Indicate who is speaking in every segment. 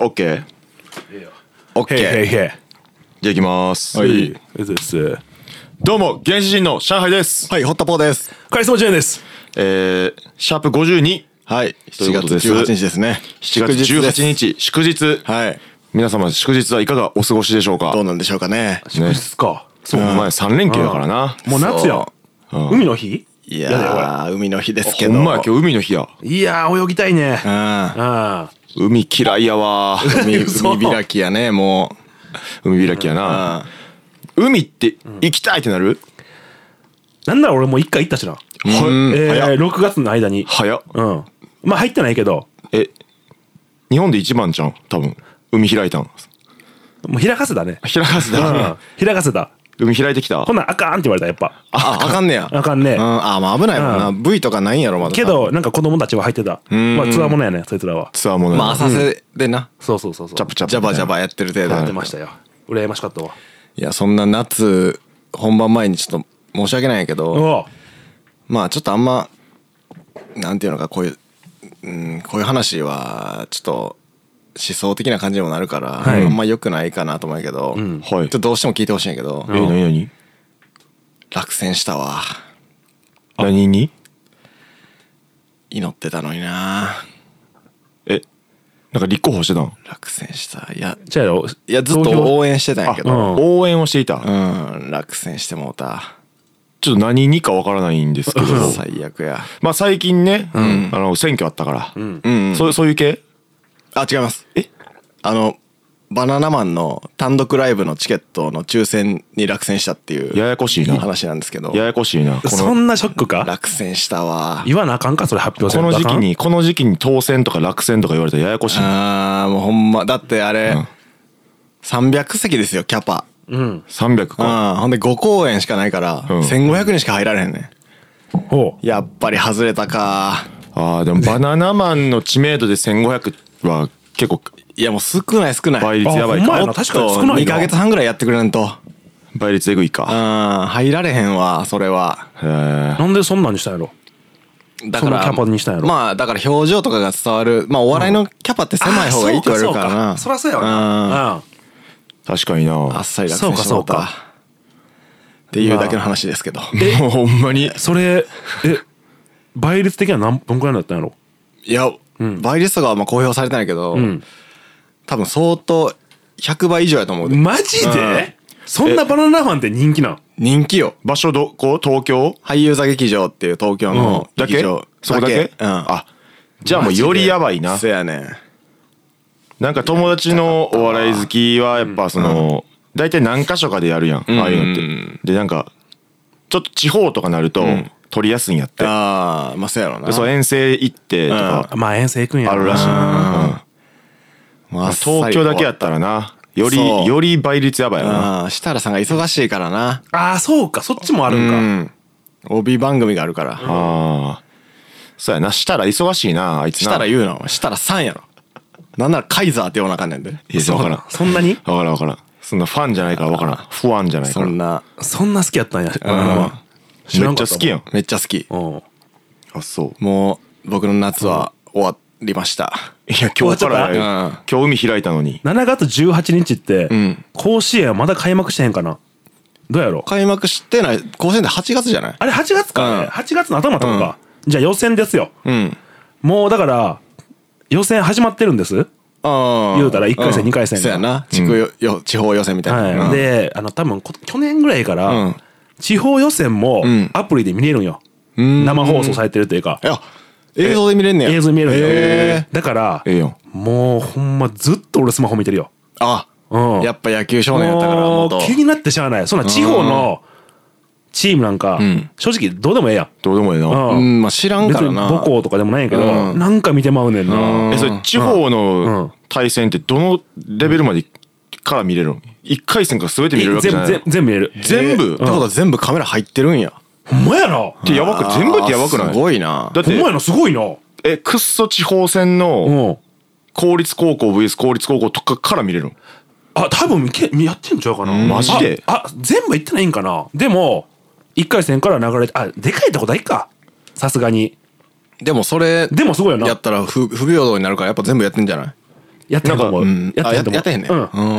Speaker 1: オッケーオッケー
Speaker 2: へいへいへ
Speaker 1: じゃあ行きます
Speaker 2: い。はい。えです。
Speaker 1: どうも原始人の上海です
Speaker 3: はい、ホッタポーです。
Speaker 2: カリスマ J です。
Speaker 1: えー、シャープ52
Speaker 3: はい、
Speaker 1: とい
Speaker 3: 7
Speaker 1: うこと
Speaker 3: 月
Speaker 1: です
Speaker 3: 18日ですね。
Speaker 1: 7月18
Speaker 3: 日。
Speaker 1: 日祝日
Speaker 3: はい。
Speaker 1: 皆様祝日はいかがお過ごしでしょうか
Speaker 3: どうなんでしょうかね。
Speaker 1: ね
Speaker 2: すか。
Speaker 1: そう前3連休だからな
Speaker 2: もう夏や。海の日
Speaker 3: い
Speaker 2: やだよこれ
Speaker 3: やー、海の日ですけ
Speaker 1: ほ
Speaker 3: ど。
Speaker 1: んまや今日海の日や
Speaker 2: いやー、泳ぎたいね。
Speaker 3: う
Speaker 2: あ
Speaker 1: 海嫌いや わー
Speaker 3: ん。
Speaker 2: 嘘
Speaker 3: 海、海開きやね、も
Speaker 1: 海開きや
Speaker 3: う。う。
Speaker 1: なん海って行きたいってなる
Speaker 2: なんなら俺もう一回行ったしな。
Speaker 1: は
Speaker 2: え
Speaker 1: い
Speaker 2: ー
Speaker 1: 早っ
Speaker 2: 6月の間に。
Speaker 1: 早っ
Speaker 2: うん。まあ入ってないけど、
Speaker 1: え日本で一番じゃん多分海開いたん
Speaker 2: もう開かせたね。
Speaker 1: 開かせ
Speaker 2: うん。
Speaker 1: た
Speaker 2: 開かせた。
Speaker 1: 海開いてきた
Speaker 2: こんなんあかんって言われた、やっぱ。
Speaker 3: あ、あかんねや。
Speaker 2: あかんね
Speaker 3: うん、あ、まあ危ないもんな。
Speaker 2: う
Speaker 3: V とかないんやろ、まだ。
Speaker 2: け。ど、なんか子供たちは入ってた。まあ、つわものやね、そいつらは。
Speaker 1: ツアーもね
Speaker 3: まあ浅瀬でな、
Speaker 2: そうそうそうそう。
Speaker 1: チャプチャプ
Speaker 3: ジャバジャバやってる程
Speaker 2: や
Speaker 3: 度
Speaker 2: ってましたよ。羨ましかったわ。
Speaker 3: いや、そんな夏、本番前にちょっと申し訳ないんやけど。
Speaker 2: おう
Speaker 3: まあちょっとあんまなんていうのかこういう、うん、こういう話はちょっと思想的な感じにもなるから、
Speaker 2: はい
Speaker 3: あんま良くないかなと思うんやけど、
Speaker 2: ん
Speaker 3: ちょっとどうしても聞いてほしいんやけど、
Speaker 1: え何何
Speaker 3: 落選したわ
Speaker 1: 何に
Speaker 3: 祈ってたのにな
Speaker 1: えなんか立候補してたん
Speaker 3: 落選したいや
Speaker 2: じゃあやろ
Speaker 3: いやずっ
Speaker 2: 投票
Speaker 3: と応援してたんやけど
Speaker 2: うん
Speaker 1: 応援をしていた
Speaker 3: うん、落選してもうた
Speaker 1: ちょっと何にかわからないんですけど
Speaker 3: 最悪や
Speaker 1: まあ最近ねあの選挙あったから
Speaker 3: うん
Speaker 1: そうそういう系
Speaker 3: あ違います
Speaker 1: え
Speaker 3: あのバナナマンの単独ライブのチケットの抽選に落選したっていう
Speaker 1: ややこしいな
Speaker 3: 話なんですけど
Speaker 1: ややこしいなこ
Speaker 2: そ
Speaker 1: の
Speaker 2: んなショックか
Speaker 3: 落選したわ
Speaker 2: 言わなあかんかそれ発表せ
Speaker 1: こ
Speaker 2: んと
Speaker 1: の
Speaker 2: あかん
Speaker 1: 時期にこの時期に当選とか落選とか言われたらややこしいな
Speaker 3: ああもうほんまだってあれ、
Speaker 1: うん
Speaker 3: 300席ですよキャパ
Speaker 2: うん
Speaker 1: 300か
Speaker 3: うんほんで5公演しかないから、
Speaker 1: うん
Speaker 3: 1500人しか入られへんねん
Speaker 2: ほ
Speaker 3: やっぱり外れたか
Speaker 1: あーでもバナナマンの知名度で1500は結構
Speaker 3: いやもう少ない少ない
Speaker 1: 倍率やば
Speaker 2: あ
Speaker 1: い
Speaker 2: ほんまや
Speaker 1: か
Speaker 2: な確かに少ないな
Speaker 3: 2ヶ月半ぐらいやってくれんと
Speaker 1: 倍率えぐいうか
Speaker 3: ん入られへんわそれは
Speaker 1: へえ
Speaker 2: うなんでそんなんにしたんやろ
Speaker 3: だから
Speaker 2: そのキャパにしたんやろ
Speaker 3: まあだから表情とかが伝わるまあお笑いのキャパって狭い方がいいって言われるからな
Speaker 2: あそうかそうかそらそうやわ
Speaker 3: うん
Speaker 2: な
Speaker 1: 確かにな
Speaker 3: あっさり落選してもらった
Speaker 2: そうか
Speaker 3: わっていうだけの話ですけど
Speaker 1: もうほんまに
Speaker 2: うんそれえ倍率的には何分くらいだったんやろ
Speaker 3: いや、倍率とかはまあ公表されてないけど、
Speaker 2: ん
Speaker 3: 多分相当100倍以上やと思うで、
Speaker 2: マジでそんなバナナマンって人気なん
Speaker 3: 人気よ
Speaker 1: 場所どこ東京
Speaker 3: 俳優座劇場っていう東京の
Speaker 1: だ
Speaker 3: 劇
Speaker 1: け
Speaker 3: 場、
Speaker 1: そこだけ
Speaker 3: うん、
Speaker 1: あじゃあもうよりやばいな
Speaker 3: そやねん
Speaker 1: なんか友達のお笑い好きはやっぱその大体何箇所かでやるやんああいうのってでなんかちょっと地方とかなると取りやすいんやって
Speaker 3: ああまあそやろな
Speaker 1: でそう遠征行ってとか
Speaker 2: まあ遠征行くんや
Speaker 1: あるらしいな
Speaker 3: まあ
Speaker 1: うん
Speaker 3: あっさり
Speaker 1: 東京だけやったらなよ
Speaker 3: そ
Speaker 1: り
Speaker 3: う
Speaker 1: より倍率やばいよな
Speaker 3: ああ設楽さんが忙しいからな
Speaker 2: ああそうかそっちもある
Speaker 3: うん
Speaker 2: か
Speaker 3: ん帯番組があるから、
Speaker 1: ああそうやなしたら忙しいなあいつな
Speaker 3: 設楽言うなお前設楽さんやろなんならカイザーって言わなあかんねんで
Speaker 1: いや分からん
Speaker 2: そんなに
Speaker 1: 分からん分からんそんなファンじゃないから分からん不安じゃないか
Speaker 3: そ
Speaker 1: らめ
Speaker 3: んな
Speaker 2: そんな好きやったんやバナナマン知ら
Speaker 1: っ
Speaker 2: ん
Speaker 1: ち
Speaker 2: か
Speaker 1: ゃ
Speaker 2: った
Speaker 1: 好きやん
Speaker 3: めっちゃ好き
Speaker 2: うん
Speaker 1: あそう
Speaker 3: もう僕の夏は終わりました
Speaker 1: いや今日から
Speaker 3: 終
Speaker 1: や
Speaker 3: わっちゃ
Speaker 1: 今日海開いたのに
Speaker 2: 7月18日って
Speaker 3: ん
Speaker 2: 甲子園はまだ開幕してへんかなどうやろ
Speaker 3: 開幕してない甲子園で8月じゃない
Speaker 2: あれ8月
Speaker 3: うん
Speaker 2: か、ね、8月の頭とかか、じゃあ予選ですよ
Speaker 3: うん
Speaker 2: もうだから予選始まってるんです、
Speaker 3: ああ
Speaker 2: 言うたら一回戦二回戦が
Speaker 3: そうやな地区よ、よ地方予選みたいな、
Speaker 2: は
Speaker 3: う
Speaker 2: い
Speaker 3: ん
Speaker 2: であの多分こ去年ぐらいから、
Speaker 3: うん
Speaker 2: 地方予選も
Speaker 3: ん
Speaker 2: アプリで見れるんよ、
Speaker 3: ん
Speaker 2: 生放送されてるというか
Speaker 3: い、や映像で見れんねや
Speaker 2: 映像見れるんよ、
Speaker 3: へえ
Speaker 2: だから、
Speaker 1: ええやん
Speaker 2: もうほんまずっと俺スマホ見てるよ、
Speaker 3: あ
Speaker 2: うん、
Speaker 3: やっぱ野球少年やったから
Speaker 2: もう
Speaker 3: 元
Speaker 2: 気になってしゃあないそんな地方のチームなんか、
Speaker 3: ん
Speaker 2: 正直どうでもええやん、
Speaker 1: どうでもええな
Speaker 2: う
Speaker 3: うんんまあ知らん
Speaker 2: 別
Speaker 3: から
Speaker 2: に
Speaker 3: な
Speaker 2: 母校とかでもないんやけど、
Speaker 3: うん
Speaker 2: なんか見てまうねんな、
Speaker 3: うん
Speaker 1: えそれ地方の対戦ってどのレベルまでから見れるの一回戦から全て見れるわけ
Speaker 2: 全
Speaker 1: じ
Speaker 2: 部
Speaker 1: ゃない
Speaker 2: 全
Speaker 1: の
Speaker 2: 部全部見れる
Speaker 1: 全
Speaker 3: え
Speaker 1: 部
Speaker 3: ってことは全部カメラ入ってるんや
Speaker 2: ほんまやな
Speaker 1: ってやばく全部ってやばくな
Speaker 3: あー
Speaker 1: い
Speaker 3: すごいな
Speaker 1: だっ
Speaker 2: ほんまや
Speaker 1: て
Speaker 2: なすごいなう
Speaker 1: えくっそ地方戦の
Speaker 2: ん
Speaker 1: 公立高校 VS 公立高校とかから見れるの
Speaker 2: あ多分けやってんちゃうかな
Speaker 1: マジで
Speaker 2: ああ全部行ってないんかなでも1回戦から流れてあでかいとこないかさすがに
Speaker 3: でもそれ
Speaker 2: でもすごいよな
Speaker 3: やったら不不平等になるからやっぱ全部やってんじゃない
Speaker 2: やってんと思う
Speaker 3: うん
Speaker 2: や
Speaker 3: あ
Speaker 2: って
Speaker 3: や
Speaker 2: んと思う
Speaker 3: やってへんねん
Speaker 2: う
Speaker 3: うん
Speaker 2: ん
Speaker 1: ご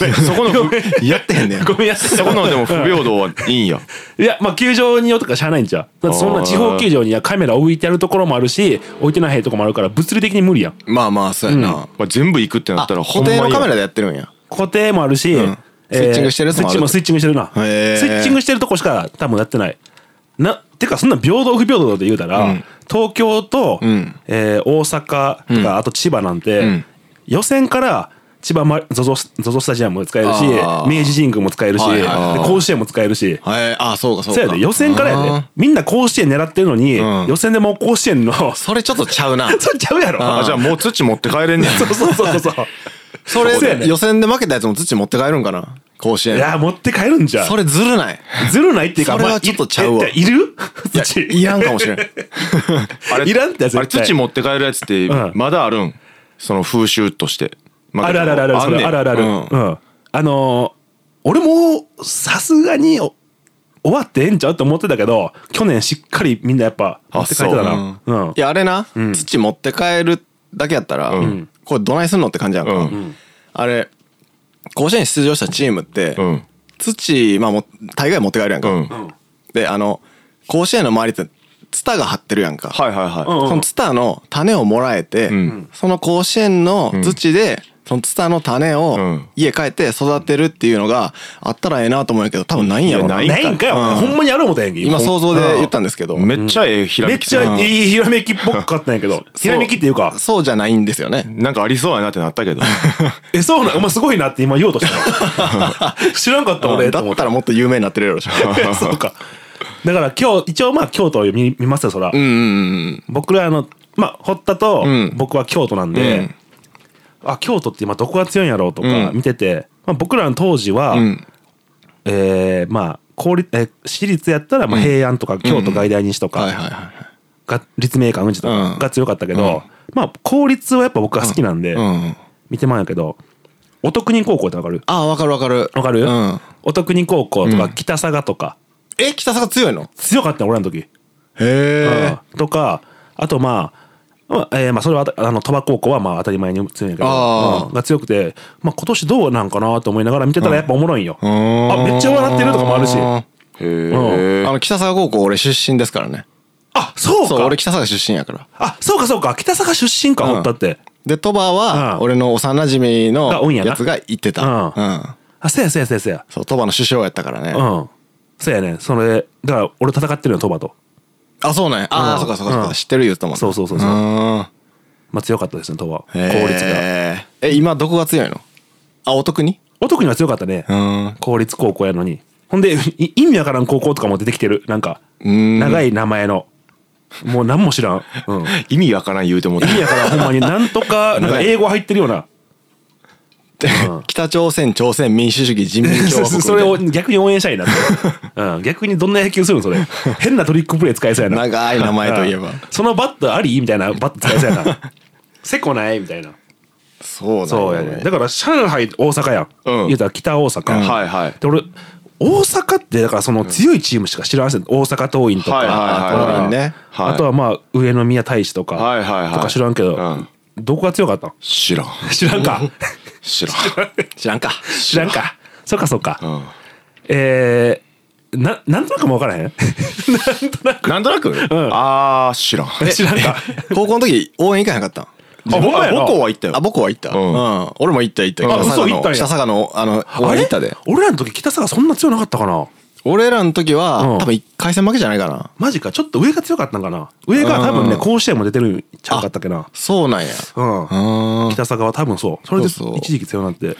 Speaker 1: めんそこの不
Speaker 3: やってへんねん
Speaker 2: ごめんやってん
Speaker 1: そこのでも不平等はいいんや
Speaker 2: いやまあ球場によってかしゃあないんちゃうだってそんな地方球場にはカメラ置いてあるところもあるし置いてないとこもあるから物理的に無理やん
Speaker 3: まあまあそうやな、
Speaker 1: まあ全部行くってな
Speaker 3: あ
Speaker 1: ったらほ
Speaker 3: 固
Speaker 1: んま
Speaker 3: 定の
Speaker 1: に
Speaker 3: カメラでやってるんや
Speaker 2: 固定もあるし、
Speaker 3: んスイッチングしてるやつもある
Speaker 2: スイッチスイッチングしてるな、
Speaker 3: へー
Speaker 2: スイッチングしてるとこしか多分やってないなてかそんな平等不平等で言うたら、東京と、
Speaker 3: ん
Speaker 2: えー大阪とか、あと千葉なんて、
Speaker 3: ん
Speaker 2: 予選から千葉マリ ZOZO ゾゾスタジアムも使えるし
Speaker 3: あー
Speaker 2: 明治神宮も使えるし、
Speaker 3: はいはいはい
Speaker 2: で甲子園も使えるし
Speaker 3: はいあそうかそう
Speaker 2: そ
Speaker 3: か
Speaker 2: うやで予選からや
Speaker 3: あ
Speaker 2: で
Speaker 3: ー
Speaker 2: みんな甲子園狙ってるのに、
Speaker 3: うん
Speaker 2: 予選でもう甲子園の そ
Speaker 3: それちょっとちゃ うな
Speaker 2: うちゃうやろ
Speaker 1: あじゃあもう土持って帰れんねん
Speaker 2: そうそうそうそ う
Speaker 3: そ
Speaker 2: そうや
Speaker 3: れ
Speaker 2: ね
Speaker 3: 予選で負けたやつも土持って帰るんかな甲子
Speaker 2: い
Speaker 3: 園
Speaker 2: や持って帰るんじゃん
Speaker 3: それずるない
Speaker 2: ずるないっていうか、
Speaker 3: それは
Speaker 2: まあい
Speaker 3: ちょっとちゃうわ
Speaker 2: えいる
Speaker 3: いや
Speaker 2: 土
Speaker 3: いらんかもしれん
Speaker 1: あ
Speaker 2: いらんってやつ
Speaker 1: あれ
Speaker 2: 絶対
Speaker 1: 土持って帰るやつって
Speaker 2: うん
Speaker 1: まだあるんその風習としてま
Speaker 2: あるあるあるある、そ
Speaker 1: んね
Speaker 2: れ
Speaker 1: ん
Speaker 2: あるあるある。
Speaker 3: う
Speaker 2: うんん。あのー、俺もさすがにお終わってええんちゃうと思ってたけど、去年しっかりみんなやっぱ持って帰ってた
Speaker 1: あ
Speaker 2: な。う
Speaker 3: い
Speaker 2: ん。
Speaker 3: やあれな、土持って帰るだけやったら、
Speaker 1: うん
Speaker 3: これどないすんのって感じやんか、
Speaker 1: うんう
Speaker 3: あれ甲子園出場したチームって、
Speaker 1: うん
Speaker 3: 土、まあ、も大概持って帰るやんか、
Speaker 1: うん
Speaker 3: であの甲子園の周りってツタが張ってるやんか、
Speaker 1: はいはいはい、
Speaker 2: うん
Speaker 3: そのツタの種をもらえて、
Speaker 1: ん
Speaker 3: その甲子園の土で、そのツタの種
Speaker 1: う
Speaker 3: を
Speaker 1: ん
Speaker 3: 家帰って育てるっていうのがあったらええなと思うんやけど多分ないんやろ
Speaker 1: いや
Speaker 2: ないんかよ。
Speaker 3: うん
Speaker 2: ほんまにある思ったやんけ。
Speaker 3: 今想像で言った
Speaker 2: うん
Speaker 3: ですけど、
Speaker 1: めっちゃええひら
Speaker 2: め
Speaker 1: め
Speaker 2: っ
Speaker 1: き
Speaker 2: ちゃいいひらめきっぽかったん やけど、ひらめきっていうか、
Speaker 3: そうじゃないんですよね
Speaker 1: なんかありそうやなってなっ たけど
Speaker 2: え、そうなん、お前すごいなって今言おうとした の知らんかった
Speaker 3: う
Speaker 2: 俺
Speaker 3: ん
Speaker 2: と
Speaker 3: だ
Speaker 2: 思
Speaker 3: っ
Speaker 2: って
Speaker 3: たらもっと有名になってるやろし
Speaker 2: そうか。だから今日、一応まあ京都見見ますよ、そら
Speaker 3: う。んうんうん
Speaker 2: 僕らあのまあ堀田と
Speaker 3: ん
Speaker 2: 僕は京都なんで、
Speaker 3: うん
Speaker 2: あ京都って今どこが強いんやろうとか
Speaker 3: うん
Speaker 2: 見てて、まあ、僕らの当時は、
Speaker 3: ん
Speaker 2: えーまあ公立えー私立やったらまあ平安とか京都外大西と
Speaker 3: はいはい
Speaker 2: か
Speaker 3: はい
Speaker 2: が立命館宇治と
Speaker 3: う
Speaker 2: か
Speaker 3: ん
Speaker 2: が強かったけど、まあ公立はやっぱ僕は好きなんで
Speaker 3: うん
Speaker 2: 見てまうんやけどお徳仁高校ってわかる
Speaker 3: ああわかるわかる
Speaker 2: わかる、
Speaker 3: うん
Speaker 2: お徳仁高校とか北佐賀とか
Speaker 3: え北坂強いの
Speaker 2: 強かったよ俺らの時。
Speaker 3: へ
Speaker 2: うんとかあとまあまあえーまあ、それはあの鳥羽高校はまあ当たり前に強いんやけ
Speaker 3: あー
Speaker 2: ど、うんが強くて、まあ、今年どうなんかなと思いながら見てたらやっぱおもろいんよ、
Speaker 3: え
Speaker 2: あめっちゃ笑ってるとかもあるし
Speaker 3: あ
Speaker 1: へえ
Speaker 3: の北坂高校俺出身ですからね
Speaker 2: あそうか
Speaker 3: そう俺北坂出身やから
Speaker 2: あそうかそうか北坂出身か
Speaker 3: うん
Speaker 2: 堀田って、
Speaker 3: で鳥羽
Speaker 2: う
Speaker 3: は
Speaker 2: ん
Speaker 3: 俺の幼馴染
Speaker 2: が多
Speaker 3: の
Speaker 2: いんやな
Speaker 3: やつが行ってた
Speaker 2: うん
Speaker 3: うん
Speaker 2: あせやせやせやせや
Speaker 3: そう鳥羽の首相やったからね
Speaker 2: うんそうやねそれだから俺戦ってるの鳥羽と、
Speaker 3: あそうなんやああそうかそうかそう
Speaker 2: う
Speaker 3: か
Speaker 2: ん
Speaker 3: 知ってる言うともん
Speaker 2: そうそうそうそう
Speaker 3: 効
Speaker 2: まあ、強かったですね鳥羽公立が
Speaker 3: え今どこが強いのあお得に
Speaker 2: お得には強かったね、
Speaker 3: ん
Speaker 2: 公立高校やのにほんでい意味わからん高校とかも出てきてるなんか
Speaker 3: ん
Speaker 2: 長い名前のもう何も知らん、うん
Speaker 1: 意味わからん言うてもうた
Speaker 2: 意味やからほんまになんと かなんか英語入ってるような
Speaker 3: 北朝鮮朝鮮民主主義人民共和国みたいな
Speaker 2: それを逆に応援したいなって、うん、逆にどんな野球するのそ れ変なトリックプレー使いそうやな
Speaker 3: 長い名前といえば
Speaker 2: うんそのバットありみたいなバット使いそうやなせこないみたいな
Speaker 3: そうなん
Speaker 2: そうやねだから上海大阪やん、
Speaker 1: うん
Speaker 2: 言うたら北大阪、
Speaker 1: うんはいはい
Speaker 2: で俺大阪ってだからその強いチームしか知らんせん大阪桐蔭とか、
Speaker 1: はいはいはい
Speaker 3: あ
Speaker 1: は
Speaker 3: こ
Speaker 1: い
Speaker 3: れね
Speaker 1: はい、
Speaker 2: あとはまあ上宮大使とか、
Speaker 1: はいはいはい
Speaker 2: とか知らんけど、
Speaker 1: うん
Speaker 2: どこが強かったん
Speaker 1: 知らん
Speaker 2: 知らんか
Speaker 1: 知らん
Speaker 3: 知らんか
Speaker 2: 知らんかそっかそっか、
Speaker 1: うん
Speaker 2: えー、ななんとなくも分からへん なんとなく
Speaker 1: なんとなく、ああ知らん
Speaker 2: 知らんか
Speaker 3: 高校の時応援行かへんかったん
Speaker 2: あほんまやな
Speaker 1: 母校は行ったよ
Speaker 3: あ母校は行った、
Speaker 1: う
Speaker 3: うんん俺も行った行った北
Speaker 2: あ嘘
Speaker 3: 坂
Speaker 2: 行ったん
Speaker 3: の
Speaker 2: や
Speaker 3: 北坂のあの
Speaker 2: あ
Speaker 3: 応援
Speaker 2: れ
Speaker 3: 行ったで
Speaker 2: 俺らの時北坂そんな強なかったかな
Speaker 3: 俺らの時は、
Speaker 2: うん
Speaker 3: 多分1回戦負けじゃないかな
Speaker 2: マジかちょっと上が強かったんかな上が多分ね
Speaker 3: うん
Speaker 2: 甲子園も出てるんちゃうかったっけな
Speaker 3: そうなんや
Speaker 2: うん
Speaker 3: うん
Speaker 2: 北坂は多分そうそれで
Speaker 3: そうそう
Speaker 2: 一時期強なって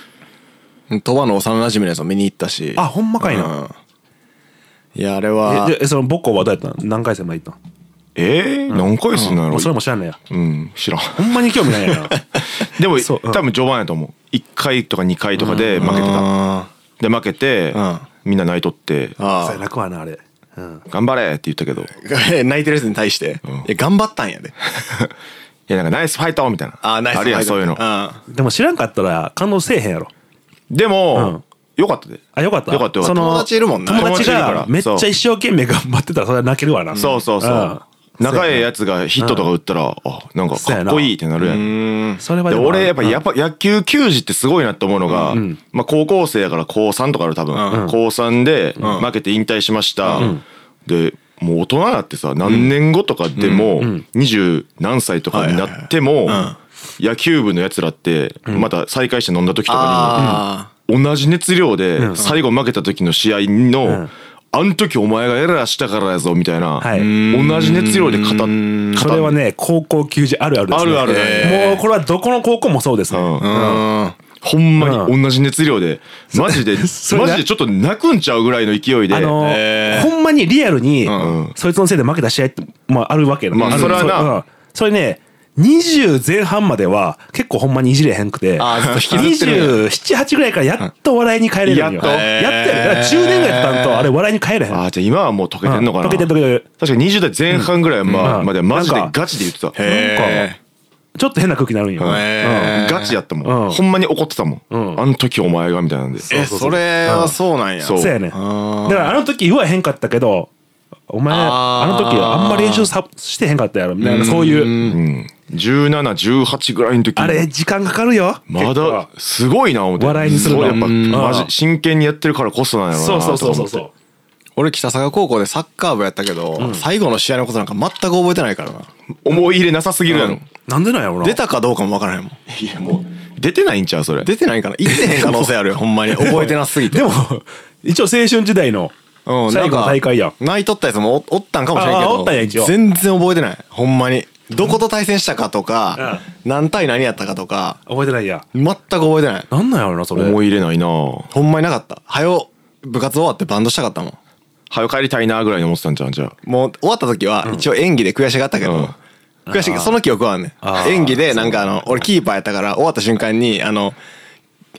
Speaker 3: 鳥羽の幼馴染のやつも見に行ったし
Speaker 2: あほんまかいな
Speaker 3: うんいやあれは
Speaker 2: えでえその母校はどうやったん何回戦まで行ったん
Speaker 1: えー、何回すんのやろ
Speaker 2: もうそれも知らんねや
Speaker 1: うん知らん
Speaker 2: ほんまに興味ないやな
Speaker 1: でも、
Speaker 2: そううん
Speaker 1: 多分序盤やと思う1回とか2回とかで負けてた、
Speaker 3: あ
Speaker 1: で負けて、
Speaker 3: うん
Speaker 1: みんな泣いとって
Speaker 3: ー あ
Speaker 2: それ
Speaker 3: ー
Speaker 2: 楽はなあれうん
Speaker 1: 「頑張れ!」って言ったけど「い
Speaker 3: 泣いてるやつに対して、いや頑張ったんやで
Speaker 1: やなんかナイスファイト!」みたいな
Speaker 3: あーナイス
Speaker 1: るやんそういうの
Speaker 3: あ
Speaker 2: でも知らんかったら感動せえへんやろ
Speaker 1: でも、よかったで
Speaker 2: あよかった
Speaker 1: よかったよかった
Speaker 2: その
Speaker 3: 友達いるもんな
Speaker 2: 友達
Speaker 1: 友達いるか
Speaker 2: が
Speaker 1: ら
Speaker 2: めっちゃ一生懸命頑張ってたらそれは泣けるわな
Speaker 1: そうそうそう
Speaker 2: うん
Speaker 1: 仲ええやつがヒットとか打ったらあなんかかっこいいってなるやん
Speaker 3: うん
Speaker 2: それは
Speaker 1: で
Speaker 2: でも
Speaker 1: 俺やっぱ
Speaker 2: うん
Speaker 1: やっぱ野球球児ってすごいなって思うのが、
Speaker 2: ん
Speaker 1: まあ、高校生やから高3とかある多分、
Speaker 3: うん
Speaker 1: 高3で
Speaker 3: ん
Speaker 1: 負けて引退しました、
Speaker 2: ん
Speaker 1: でもう大人だってさ何年後とかでも
Speaker 2: ん
Speaker 1: 二十何歳とかになっても
Speaker 3: はいはいは
Speaker 1: 野球部のやつらってまた再会して飲んだ時とか
Speaker 3: あ
Speaker 1: に同じ熱量
Speaker 2: う
Speaker 1: で
Speaker 2: ん
Speaker 1: 最後負けた時の試合
Speaker 2: うん
Speaker 1: のあん時お前がエラーしたからやぞみたいな
Speaker 2: はい
Speaker 1: 同じ熱量で語っ語っ
Speaker 2: それはね高校球児あるあるですね
Speaker 1: あるあ
Speaker 2: も
Speaker 1: る
Speaker 2: うこれはどこの高校もそうですね、
Speaker 1: うん
Speaker 3: あうん
Speaker 1: ほんまに同じ熱量で、マジで、マ
Speaker 2: それ
Speaker 1: ジでちょっと泣くんちゃうぐらいの勢いで、
Speaker 2: あのー
Speaker 3: えー
Speaker 2: ほんまにリアルに、
Speaker 1: ん
Speaker 2: そいつのせいで負けた試合って、まあ、あるわけや
Speaker 1: まあ
Speaker 2: る
Speaker 1: それはな
Speaker 2: うんそれね20前半までは結構ほんまにいじれへんくて
Speaker 3: あーずっと引きずってるんや
Speaker 2: 278ぐらいからやっと笑いに帰れるんよ
Speaker 1: やっと
Speaker 2: やっとやねだから10年ぐらいやったんとあれ笑いに帰れへん
Speaker 1: あーじゃあ今はもう溶けてんのかな。
Speaker 2: うん溶けてる溶けてる
Speaker 1: 確かに20代前半ぐらいま
Speaker 2: う
Speaker 1: あ
Speaker 2: ん
Speaker 1: までマジで
Speaker 2: なんか
Speaker 1: ガチで言ってた。
Speaker 3: へ
Speaker 2: ちょっと変な空気になるんよ、
Speaker 3: ー
Speaker 2: うん
Speaker 3: へー
Speaker 1: ガチやったも
Speaker 2: うん
Speaker 1: ん。ほんまに怒ってたも
Speaker 2: うん
Speaker 1: ん。あの時お前がみたいなんで。
Speaker 3: え
Speaker 2: そうそう
Speaker 3: それはそうなんや
Speaker 1: そう
Speaker 2: そうやねだか
Speaker 3: あー
Speaker 2: らあの時言わへんかったけどお前あ
Speaker 3: あー
Speaker 2: の時あんま練習さしてへんかったやろみたいなそういう
Speaker 1: うん。17、18ぐらいの時に
Speaker 2: あれ時間かかるよ
Speaker 1: ま
Speaker 2: 結構
Speaker 1: だすごいな思って
Speaker 2: 笑いにするの
Speaker 1: ごやっぱ
Speaker 2: うん
Speaker 1: マジ真剣にやってるからこそなんやろうな
Speaker 2: そうそうそうそう
Speaker 1: とか思って
Speaker 2: そう
Speaker 3: 俺北坂高校でサッカー部やったけど最後の試合のことなんか全く覚えてないからな
Speaker 1: 思い入れなさすぎるやろ
Speaker 2: なんでなんやろな
Speaker 3: 出たかどうかも分からへんもん
Speaker 1: いやもう出てないんちゃうそれ
Speaker 3: 出てないかな行ってへん可能性あるよほんまに覚えてなすぎて
Speaker 2: でも 一応青春時代の
Speaker 3: うん
Speaker 2: 最後の大会やん
Speaker 3: 泣いとったやつもおおったんかもしれんけ
Speaker 2: ああ
Speaker 3: ど
Speaker 2: おったんや一応
Speaker 3: 全然覚えてないほんまにどこと対戦したかとか何対何やったかとか
Speaker 2: 覚えてないや
Speaker 3: 全く覚えてない
Speaker 2: なんなんやろなそれ
Speaker 1: 思い入れないなぁ
Speaker 3: ほんまになかったはよ部活終わってバンドしたかったもん
Speaker 1: 早く帰りたいなぐらいに思ってたんじゃんじゃあ
Speaker 3: もう終わった時は一応演技で悔しがったけど、
Speaker 1: うん
Speaker 3: 悔しいその記憶はあんね
Speaker 2: あー
Speaker 3: ん演技でなんかあの俺キーパーやったから終わった瞬間にあの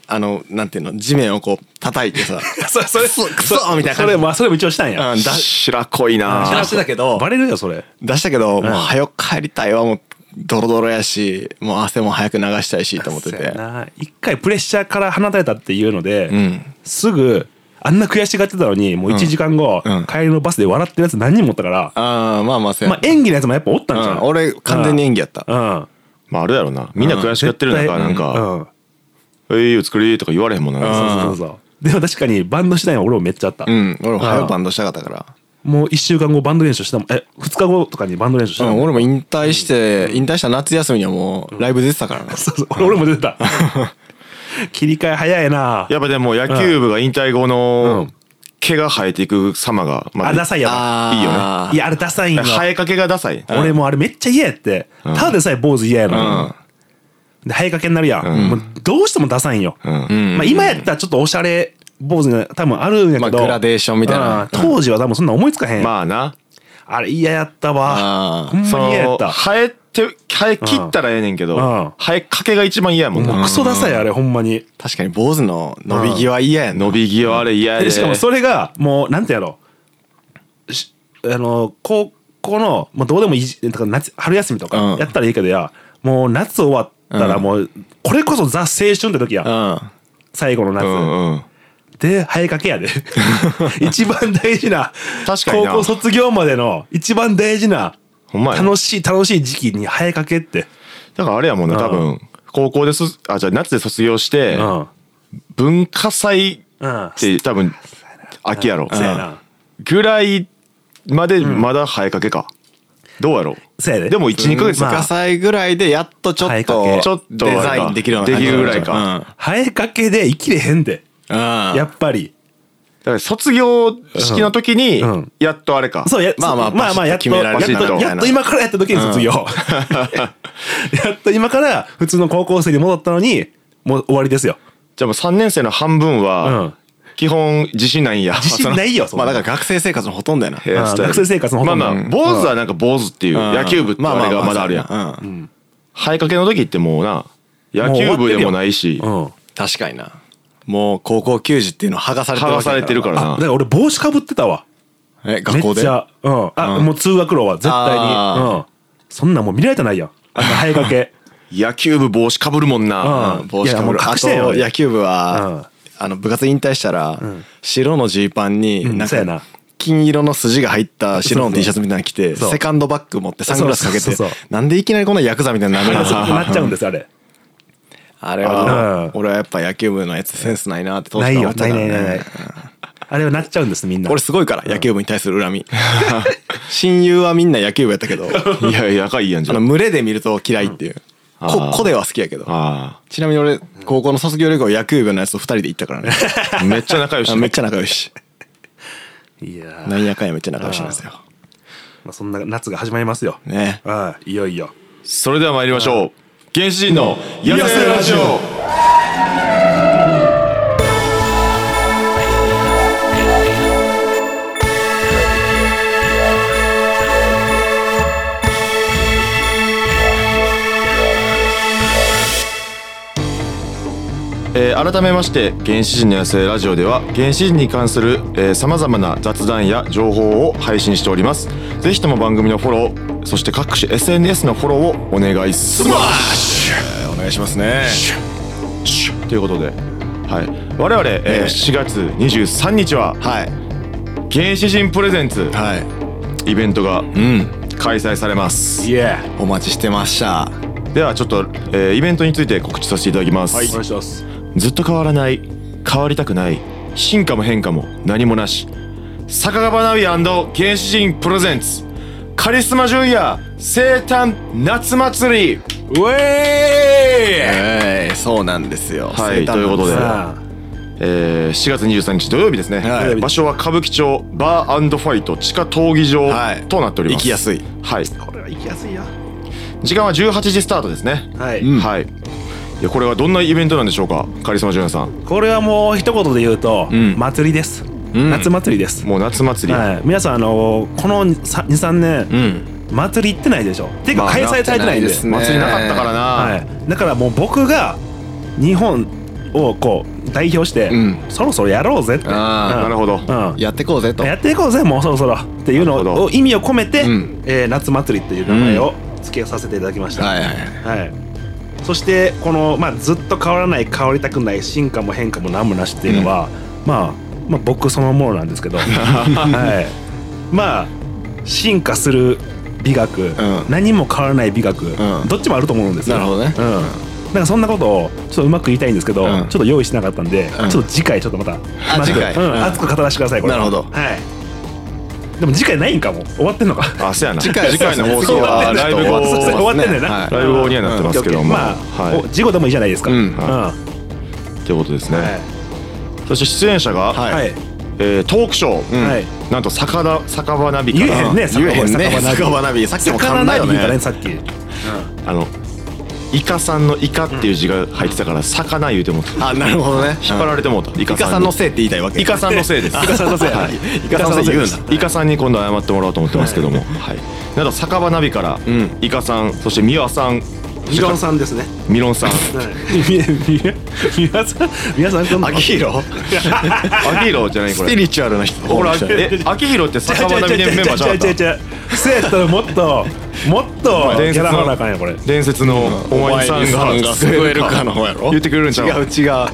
Speaker 3: あのなんていうの地面をこう叩いてさ
Speaker 2: そそ
Speaker 3: クソクソみたいな
Speaker 2: そ
Speaker 3: 感
Speaker 2: れ
Speaker 3: じ
Speaker 2: まあそれも一応したんや
Speaker 3: うんだ
Speaker 1: 白濃いな
Speaker 3: 知ら
Speaker 1: ぁ
Speaker 3: してたけど
Speaker 2: バレるよそれ
Speaker 3: 出したけど、もう早く帰りたいわもうドロドロやしもう汗も早く流したいしと思って
Speaker 2: そうや
Speaker 3: て
Speaker 2: な一回プレッシャーから放たれたっていうので
Speaker 3: ん
Speaker 2: すぐあんな悔しがってたのにもう1時間後
Speaker 3: うん
Speaker 2: 帰りのバスで笑ってるやつ何人もおったから
Speaker 3: ああまあまあそう
Speaker 2: ま
Speaker 3: や
Speaker 2: あ、演技のやつもやっぱおったんじゃ
Speaker 3: うんん、俺完全に演技やった
Speaker 2: うん
Speaker 1: まああるやろなみんな悔しがってる
Speaker 2: 絶
Speaker 1: 中
Speaker 2: 対
Speaker 1: なんか
Speaker 2: うん
Speaker 1: 「えいよ作り」とか言われへんもんな
Speaker 3: うん
Speaker 2: そうそうそうでも確かにバンドしたいの俺もめっちゃあった
Speaker 3: うん俺も早くバンドしたかったから
Speaker 2: もう1週間後バンド練習してたもんえ2日後とかにバンド練習して
Speaker 3: う
Speaker 2: た
Speaker 3: ん、
Speaker 2: もん
Speaker 3: 俺も引退して、引退した夏休みにはもうライブ出てたからね。
Speaker 2: そうそう俺俺も出てた切り替え早いな
Speaker 1: やっぱでも野球部が引退後
Speaker 2: う
Speaker 1: の
Speaker 2: ん
Speaker 1: 毛が生えていく様がま
Speaker 2: あダサいや
Speaker 3: あー
Speaker 1: いいよね
Speaker 2: ろいやあれダサいんよ
Speaker 1: 生えかけがダサい
Speaker 2: 俺もあれめっちゃ嫌やってただでさえ坊主嫌やのにで生えかけになるやんもうどうしてもダサいんよ
Speaker 1: うん
Speaker 2: まあ今やったらちょっとおしゃれ坊主に多分あるんやけど
Speaker 3: まあグラデーションみたいな
Speaker 2: うん当時は多分そんな思いつかへん
Speaker 1: まあな
Speaker 2: あれ嫌やったわ
Speaker 3: あー
Speaker 2: ほん
Speaker 1: そ
Speaker 2: まに嫌やっ
Speaker 1: の
Speaker 2: た
Speaker 1: 生えて生え切ったらええねんけど
Speaker 2: うん
Speaker 1: 生えかけが一番嫌やもん
Speaker 2: もう
Speaker 1: な
Speaker 2: クソダサいあれほんまに
Speaker 3: 確かに坊主の伸び際嫌やん
Speaker 1: 伸び際あれ嫌や
Speaker 2: で
Speaker 1: で
Speaker 2: しかもそれがもうなんてやろしあの高校のもうどうでもいいじだから夏春休みとか
Speaker 3: うん
Speaker 2: やったらいいけどや、もう夏終わったらもうこれこそザ青春って時や、
Speaker 3: うん
Speaker 2: 最後の夏、
Speaker 1: うんうん
Speaker 2: で生えかけやで一番大事な
Speaker 1: 確かにな
Speaker 2: 高校卒業までの一番大事な
Speaker 1: ほんまやな
Speaker 2: 楽しい楽しい時期に生えかけって、
Speaker 1: だからあれやもんな多分高校ですあじゃあ夏で卒業して
Speaker 2: うん
Speaker 1: 文化祭
Speaker 2: うん
Speaker 1: って多分秋やろ
Speaker 2: そうやな
Speaker 1: ぐらいまでまだ生えかけか、どうやろう
Speaker 2: そうやで
Speaker 1: でも12ヶ月
Speaker 2: まあ
Speaker 1: か、
Speaker 3: 火災ぐらいでやっとちょ
Speaker 2: 生え
Speaker 3: っ
Speaker 2: かけ
Speaker 3: と
Speaker 1: ちょっと
Speaker 3: デザインできるような感じ
Speaker 1: できるぐらいか
Speaker 2: 生えかけで生きれへんで
Speaker 3: うんうん
Speaker 2: やっぱり
Speaker 1: だから卒業式の時に
Speaker 2: うん
Speaker 1: やっとあれか、
Speaker 2: そうや
Speaker 3: まあまあ
Speaker 2: まあまあやっ
Speaker 3: パシ
Speaker 2: と
Speaker 3: ッと決めら
Speaker 2: や
Speaker 3: れ
Speaker 2: っ
Speaker 1: る
Speaker 2: と
Speaker 1: みたいな
Speaker 2: やっと今からやった時に卒業やっと今から普通の高校生に戻ったのにもう終わりですよ
Speaker 1: じゃあもう3年生の半分
Speaker 2: うん
Speaker 1: は基本自信ないんや
Speaker 2: 自信ないよそん
Speaker 3: ま
Speaker 2: な
Speaker 3: あだから学生生活のほとんどやな
Speaker 1: ヘアスタ
Speaker 2: あ
Speaker 1: イル
Speaker 2: ー学生生活のほとんど
Speaker 1: まあまあ坊主はなんか坊主っていう野球部ってあれがまだあるやん
Speaker 3: ままあそうやなうん
Speaker 1: 生えかけの時ってもうな野球部でもないし
Speaker 2: うん
Speaker 3: 確かになもう高校球児っていうの剥がされてる
Speaker 1: 剥
Speaker 3: わ
Speaker 1: が
Speaker 3: けや
Speaker 1: されてるから
Speaker 2: あだ
Speaker 1: な
Speaker 2: から俺帽子かぶってたわ
Speaker 3: え学校
Speaker 2: めっ
Speaker 3: で
Speaker 2: ちゃうんあ
Speaker 3: うん
Speaker 2: もう通学路は絶対にうん
Speaker 3: あ
Speaker 2: そんなんもう見られたないやんあんな生えかけ
Speaker 1: 野球部帽子かぶるもん
Speaker 2: うん
Speaker 1: な、
Speaker 3: 帽子
Speaker 2: いや
Speaker 3: か
Speaker 2: もう
Speaker 3: ぶる
Speaker 2: 隠
Speaker 3: あ
Speaker 2: してんよ
Speaker 3: と
Speaker 2: 俺
Speaker 3: 野球部
Speaker 2: うん
Speaker 3: はあの部活引退したら白のジーパンに
Speaker 2: ん
Speaker 3: なん
Speaker 2: そうやな
Speaker 3: か金色の筋が入った白
Speaker 2: そ
Speaker 3: の
Speaker 2: うそう
Speaker 3: T シャツみたいなの着て
Speaker 2: そう
Speaker 3: セカンドバッグ持ってサングラスかけ
Speaker 2: そう
Speaker 3: て
Speaker 2: そうそうそ
Speaker 3: なんでいきなりこんなヤクザみたいになるんや
Speaker 2: そう
Speaker 3: さ
Speaker 2: なっちゃうん ですあれ
Speaker 3: あれは
Speaker 2: うん
Speaker 3: な俺はやっぱ野球部のやつセンスないなって当
Speaker 2: な
Speaker 3: 時
Speaker 2: い
Speaker 3: から思
Speaker 2: よ
Speaker 3: って
Speaker 2: な
Speaker 3: た
Speaker 2: い
Speaker 3: から
Speaker 2: ないないない
Speaker 3: ね
Speaker 2: あれはなっちゃうんですみん な
Speaker 3: 俺すごいから野球部に対する恨み親友はみんな野球部やったけ どあ
Speaker 1: いやいや仲いいやんじゃ
Speaker 3: の
Speaker 1: ん
Speaker 3: 群れで見ると嫌いっていう
Speaker 1: んあ
Speaker 3: こ
Speaker 1: ー
Speaker 3: 個では好きやけど
Speaker 1: あ
Speaker 3: ちなみに俺高校の卒業旅行野球部のやつと二人で行ったからね
Speaker 1: あ めっちゃ仲良し
Speaker 3: あめっちゃ仲良し
Speaker 2: いやー
Speaker 3: なんやかんやめっちゃ仲良しなんですよ
Speaker 2: まあそんな夏が始まりますよ
Speaker 3: ね
Speaker 2: ああいよいよ
Speaker 1: それでは参りましょう原始人の野生ラジオえー改めまして原始人の野生ラジオでは原始人に関するさまざまな雑談や情報を配信しておりますぜひとも番組のフォローそして各種 SNS のフォローをお願いします
Speaker 3: えーお願いしますね
Speaker 1: ということで、はい、我々、えー
Speaker 3: ええ
Speaker 1: 4月23日は
Speaker 3: はい
Speaker 1: 原始人プレゼンツ
Speaker 3: は
Speaker 1: イベントが
Speaker 3: いうん
Speaker 1: 開催されます
Speaker 2: イエー
Speaker 3: お待ちしてました
Speaker 1: ではちょっと、えーイベントについて告知させていただきます、
Speaker 2: お願いします
Speaker 1: ずっと変わらない変わりたくない進化も変化も何もなし坂川ナビ原始人プレゼンツカリスマ純也生誕夏祭り
Speaker 2: う
Speaker 3: え
Speaker 2: え
Speaker 3: えそうなんですよ
Speaker 1: は
Speaker 3: 生誕
Speaker 1: い
Speaker 3: なん
Speaker 1: ということ
Speaker 2: ー
Speaker 1: で
Speaker 3: すよ
Speaker 2: さあ
Speaker 1: えー4月23日土曜日ですね、
Speaker 3: はい
Speaker 1: 場所は歌舞伎町バーファイト地下闘技場
Speaker 3: はい
Speaker 1: となっておりま
Speaker 3: 行
Speaker 1: す、
Speaker 3: きやすい
Speaker 1: はい
Speaker 2: これは行きやすいよ
Speaker 1: 時間は18時スタートですね
Speaker 2: はい、
Speaker 3: うん
Speaker 1: はいいやこれはどんなイベントなんでしょうかカリスマ純也さん
Speaker 2: これはもう一言で言うと、
Speaker 1: ん
Speaker 2: 祭りです、
Speaker 3: ん
Speaker 2: 夏祭りです、
Speaker 1: もう夏祭り、
Speaker 2: はい、皆さんあのこの23年、
Speaker 3: うん
Speaker 2: 祭り行ってないでしょっていう
Speaker 1: ま
Speaker 2: か
Speaker 1: あ
Speaker 2: 開催さ
Speaker 3: なっ
Speaker 2: れてないんで,、
Speaker 3: てないですね
Speaker 1: 祭りなかったからな、
Speaker 2: はい、だからもう僕が日本をこう代表して、
Speaker 3: うん
Speaker 2: そろそろやろうぜって
Speaker 3: あー
Speaker 2: うん
Speaker 1: なるほど
Speaker 2: うん
Speaker 3: やってこうぜと
Speaker 2: やっていこうぜもうそろそろっていうの
Speaker 1: なるほ
Speaker 2: を
Speaker 1: ど
Speaker 2: 意味を込めて、
Speaker 3: うん
Speaker 2: えー夏祭りっていう名前を付けさせていただきました、
Speaker 3: はいはい
Speaker 2: はい、そしてこの、まあ、ずっと変わらない変わりたくない進化も変化も何もなしっていうのは、まあ、まあ僕そのものなんですけど、 はい、まあ進化する美学、
Speaker 3: ん
Speaker 2: 何も変わらない美学、
Speaker 3: ん
Speaker 2: どっちもあると思うんですよ
Speaker 3: なるほどね
Speaker 2: うんなんかそんなことをちょっとうまく言いたいんですけど、
Speaker 3: うん
Speaker 2: ちょっと用意しなかったんで、
Speaker 3: うん
Speaker 2: ちょっと次回ちょっとまたうまく
Speaker 3: 次回
Speaker 2: うん
Speaker 3: うん
Speaker 2: 熱く語らせてくださいこれ
Speaker 3: なるほど
Speaker 2: はいでも次回ないんかも終わってんのか
Speaker 1: あせやな
Speaker 3: 次回
Speaker 1: 次回の放
Speaker 3: そうです
Speaker 1: 送
Speaker 3: ね
Speaker 1: はライブ
Speaker 2: そ
Speaker 1: 後
Speaker 2: うそうそう終わってんねんな
Speaker 3: はい
Speaker 1: ライブ後にはなってますけども、
Speaker 2: まあ、
Speaker 1: はい
Speaker 2: お事故でもいいじゃないですか、
Speaker 3: うん
Speaker 1: はってことですね、そして出演者が、
Speaker 3: はい
Speaker 2: はい
Speaker 1: えートークショー、
Speaker 2: はい
Speaker 1: なんと酒田酒場ナビか
Speaker 2: 言えへ
Speaker 1: ら
Speaker 2: んね
Speaker 3: 言えへんね
Speaker 2: 魚ナ
Speaker 3: 酒場ナビ
Speaker 2: ビ
Speaker 3: さっきも
Speaker 2: 魚
Speaker 3: 噛んだ
Speaker 2: ない
Speaker 3: よ
Speaker 2: って言うからね
Speaker 3: ね
Speaker 2: さっき
Speaker 1: あのイカさんのイカっていう字が入ってたから魚言うてもうた
Speaker 3: あなるほどね
Speaker 1: 引っ張られてもうたイ
Speaker 3: イ
Speaker 1: カ
Speaker 3: カ
Speaker 1: さ
Speaker 3: さ
Speaker 1: ん
Speaker 3: ん
Speaker 1: に
Speaker 3: のせいって言いたいわけ
Speaker 1: イカさんのせいです
Speaker 2: イカさんのせい
Speaker 1: はい
Speaker 3: イカさんのせい言うな
Speaker 1: イカさんに今度謝ってもらおうと思ってますけども、はい、なんと酒場ナビから、
Speaker 3: ん
Speaker 1: イカさんそしてミワさん
Speaker 2: ミロンさんですね
Speaker 1: ミロンさん
Speaker 2: 皆さん皆さんこんな
Speaker 3: アキヒロ
Speaker 1: アキヒロじゃないこ
Speaker 3: ス
Speaker 1: れ
Speaker 3: ピリチュアルな人
Speaker 1: これあ
Speaker 2: ュアル
Speaker 1: えアキヒロって酒場ナビメンバーじゃなかった
Speaker 2: そうやったらもっともっと
Speaker 1: 伝
Speaker 2: ギャ
Speaker 1: 説
Speaker 2: ラ
Speaker 1: の
Speaker 2: なあかんよこれ
Speaker 1: 伝説のお前さん
Speaker 3: お前
Speaker 1: が
Speaker 3: さんが救えるかの方やろ
Speaker 1: 言ってくれるんちゃう
Speaker 3: 違う違う
Speaker 1: あ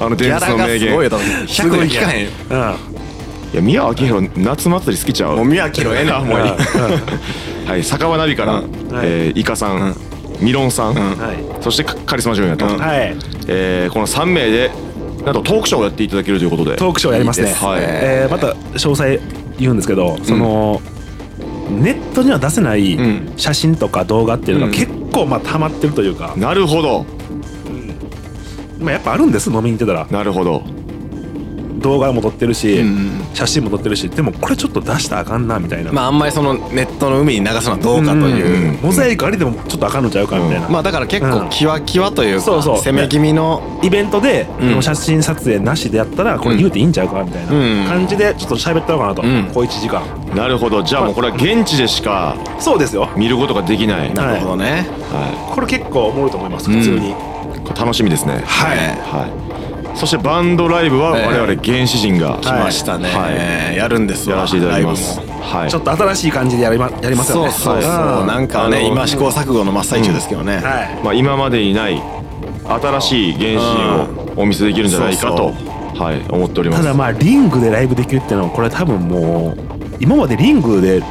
Speaker 1: の
Speaker 3: ギ
Speaker 1: 伝
Speaker 3: ャラ
Speaker 1: 説の
Speaker 3: が
Speaker 1: 名
Speaker 3: す
Speaker 1: 言
Speaker 3: ごいよ
Speaker 1: い
Speaker 3: 多分100人聞かへんよ
Speaker 2: う
Speaker 1: や宮脇宏夏祭り好きちゃう
Speaker 3: もう宮城のええな
Speaker 1: あ
Speaker 3: ん
Speaker 1: もういい
Speaker 3: もう
Speaker 1: はい酒場ナビから、
Speaker 2: はい
Speaker 1: えーイカさん、ミロンさん、
Speaker 2: んは
Speaker 1: そしてカカリスマ女優と、
Speaker 3: うん
Speaker 2: いはい
Speaker 1: えーこの3名でなんとトークショーをやっていただけるということで
Speaker 2: トークショーやりますね
Speaker 3: いいです
Speaker 1: ね
Speaker 2: えーまた詳細言うんですけどその、ネットには出せない
Speaker 3: ん
Speaker 2: 写真とか動画っていうのが結構まあ溜まってるというか、
Speaker 1: なるほど
Speaker 2: まあ、やっぱあるんです飲みに行ってたら
Speaker 1: なるほど
Speaker 2: 動画も撮ってるし、
Speaker 3: ん
Speaker 2: 写真も撮ってるしでもこれちょっと出したらあかんなみたいな、
Speaker 3: まああんまりそのネットの海に流すのはどうかと
Speaker 1: うん
Speaker 3: いううん
Speaker 2: モザイクありでもちょっとあかんのちゃうかみたいな、
Speaker 3: まあだから結構キワキワという
Speaker 2: そう
Speaker 3: か
Speaker 2: そう
Speaker 3: 攻め気味の
Speaker 2: イベントで、
Speaker 3: うん
Speaker 2: でも写真撮影なしでやったらこれ言うていいんちゃうかみたい
Speaker 3: うん
Speaker 2: な感じでちょっと喋ったのかなと、
Speaker 3: ん
Speaker 2: 小1時間
Speaker 1: なるほどじゃあもうこれは現地でしか
Speaker 2: そうですよ
Speaker 1: 見ることができない、
Speaker 3: なるほどね
Speaker 1: は
Speaker 2: これ結構おもろいと思います普通に、
Speaker 1: い、これ楽しみですね
Speaker 2: はい
Speaker 1: はいそしてバンドライブは我々原始人が、
Speaker 3: 来ましたね、
Speaker 1: は
Speaker 3: やるんですわ
Speaker 1: やらせていただきますはい
Speaker 2: ちょっと新しい感じでやりまやりますよ
Speaker 3: そう
Speaker 2: ね
Speaker 3: そうそう、
Speaker 2: ん
Speaker 3: なんか
Speaker 1: あ
Speaker 3: ね
Speaker 1: の
Speaker 3: 今試行錯誤の真っ最中ですけどね、
Speaker 2: はい
Speaker 1: まあ、今までにない新しい原始人をお見せできるんじゃないかとはい思っております
Speaker 2: ただまあリングでライブできるっていうのはこれ多分もう今までリングで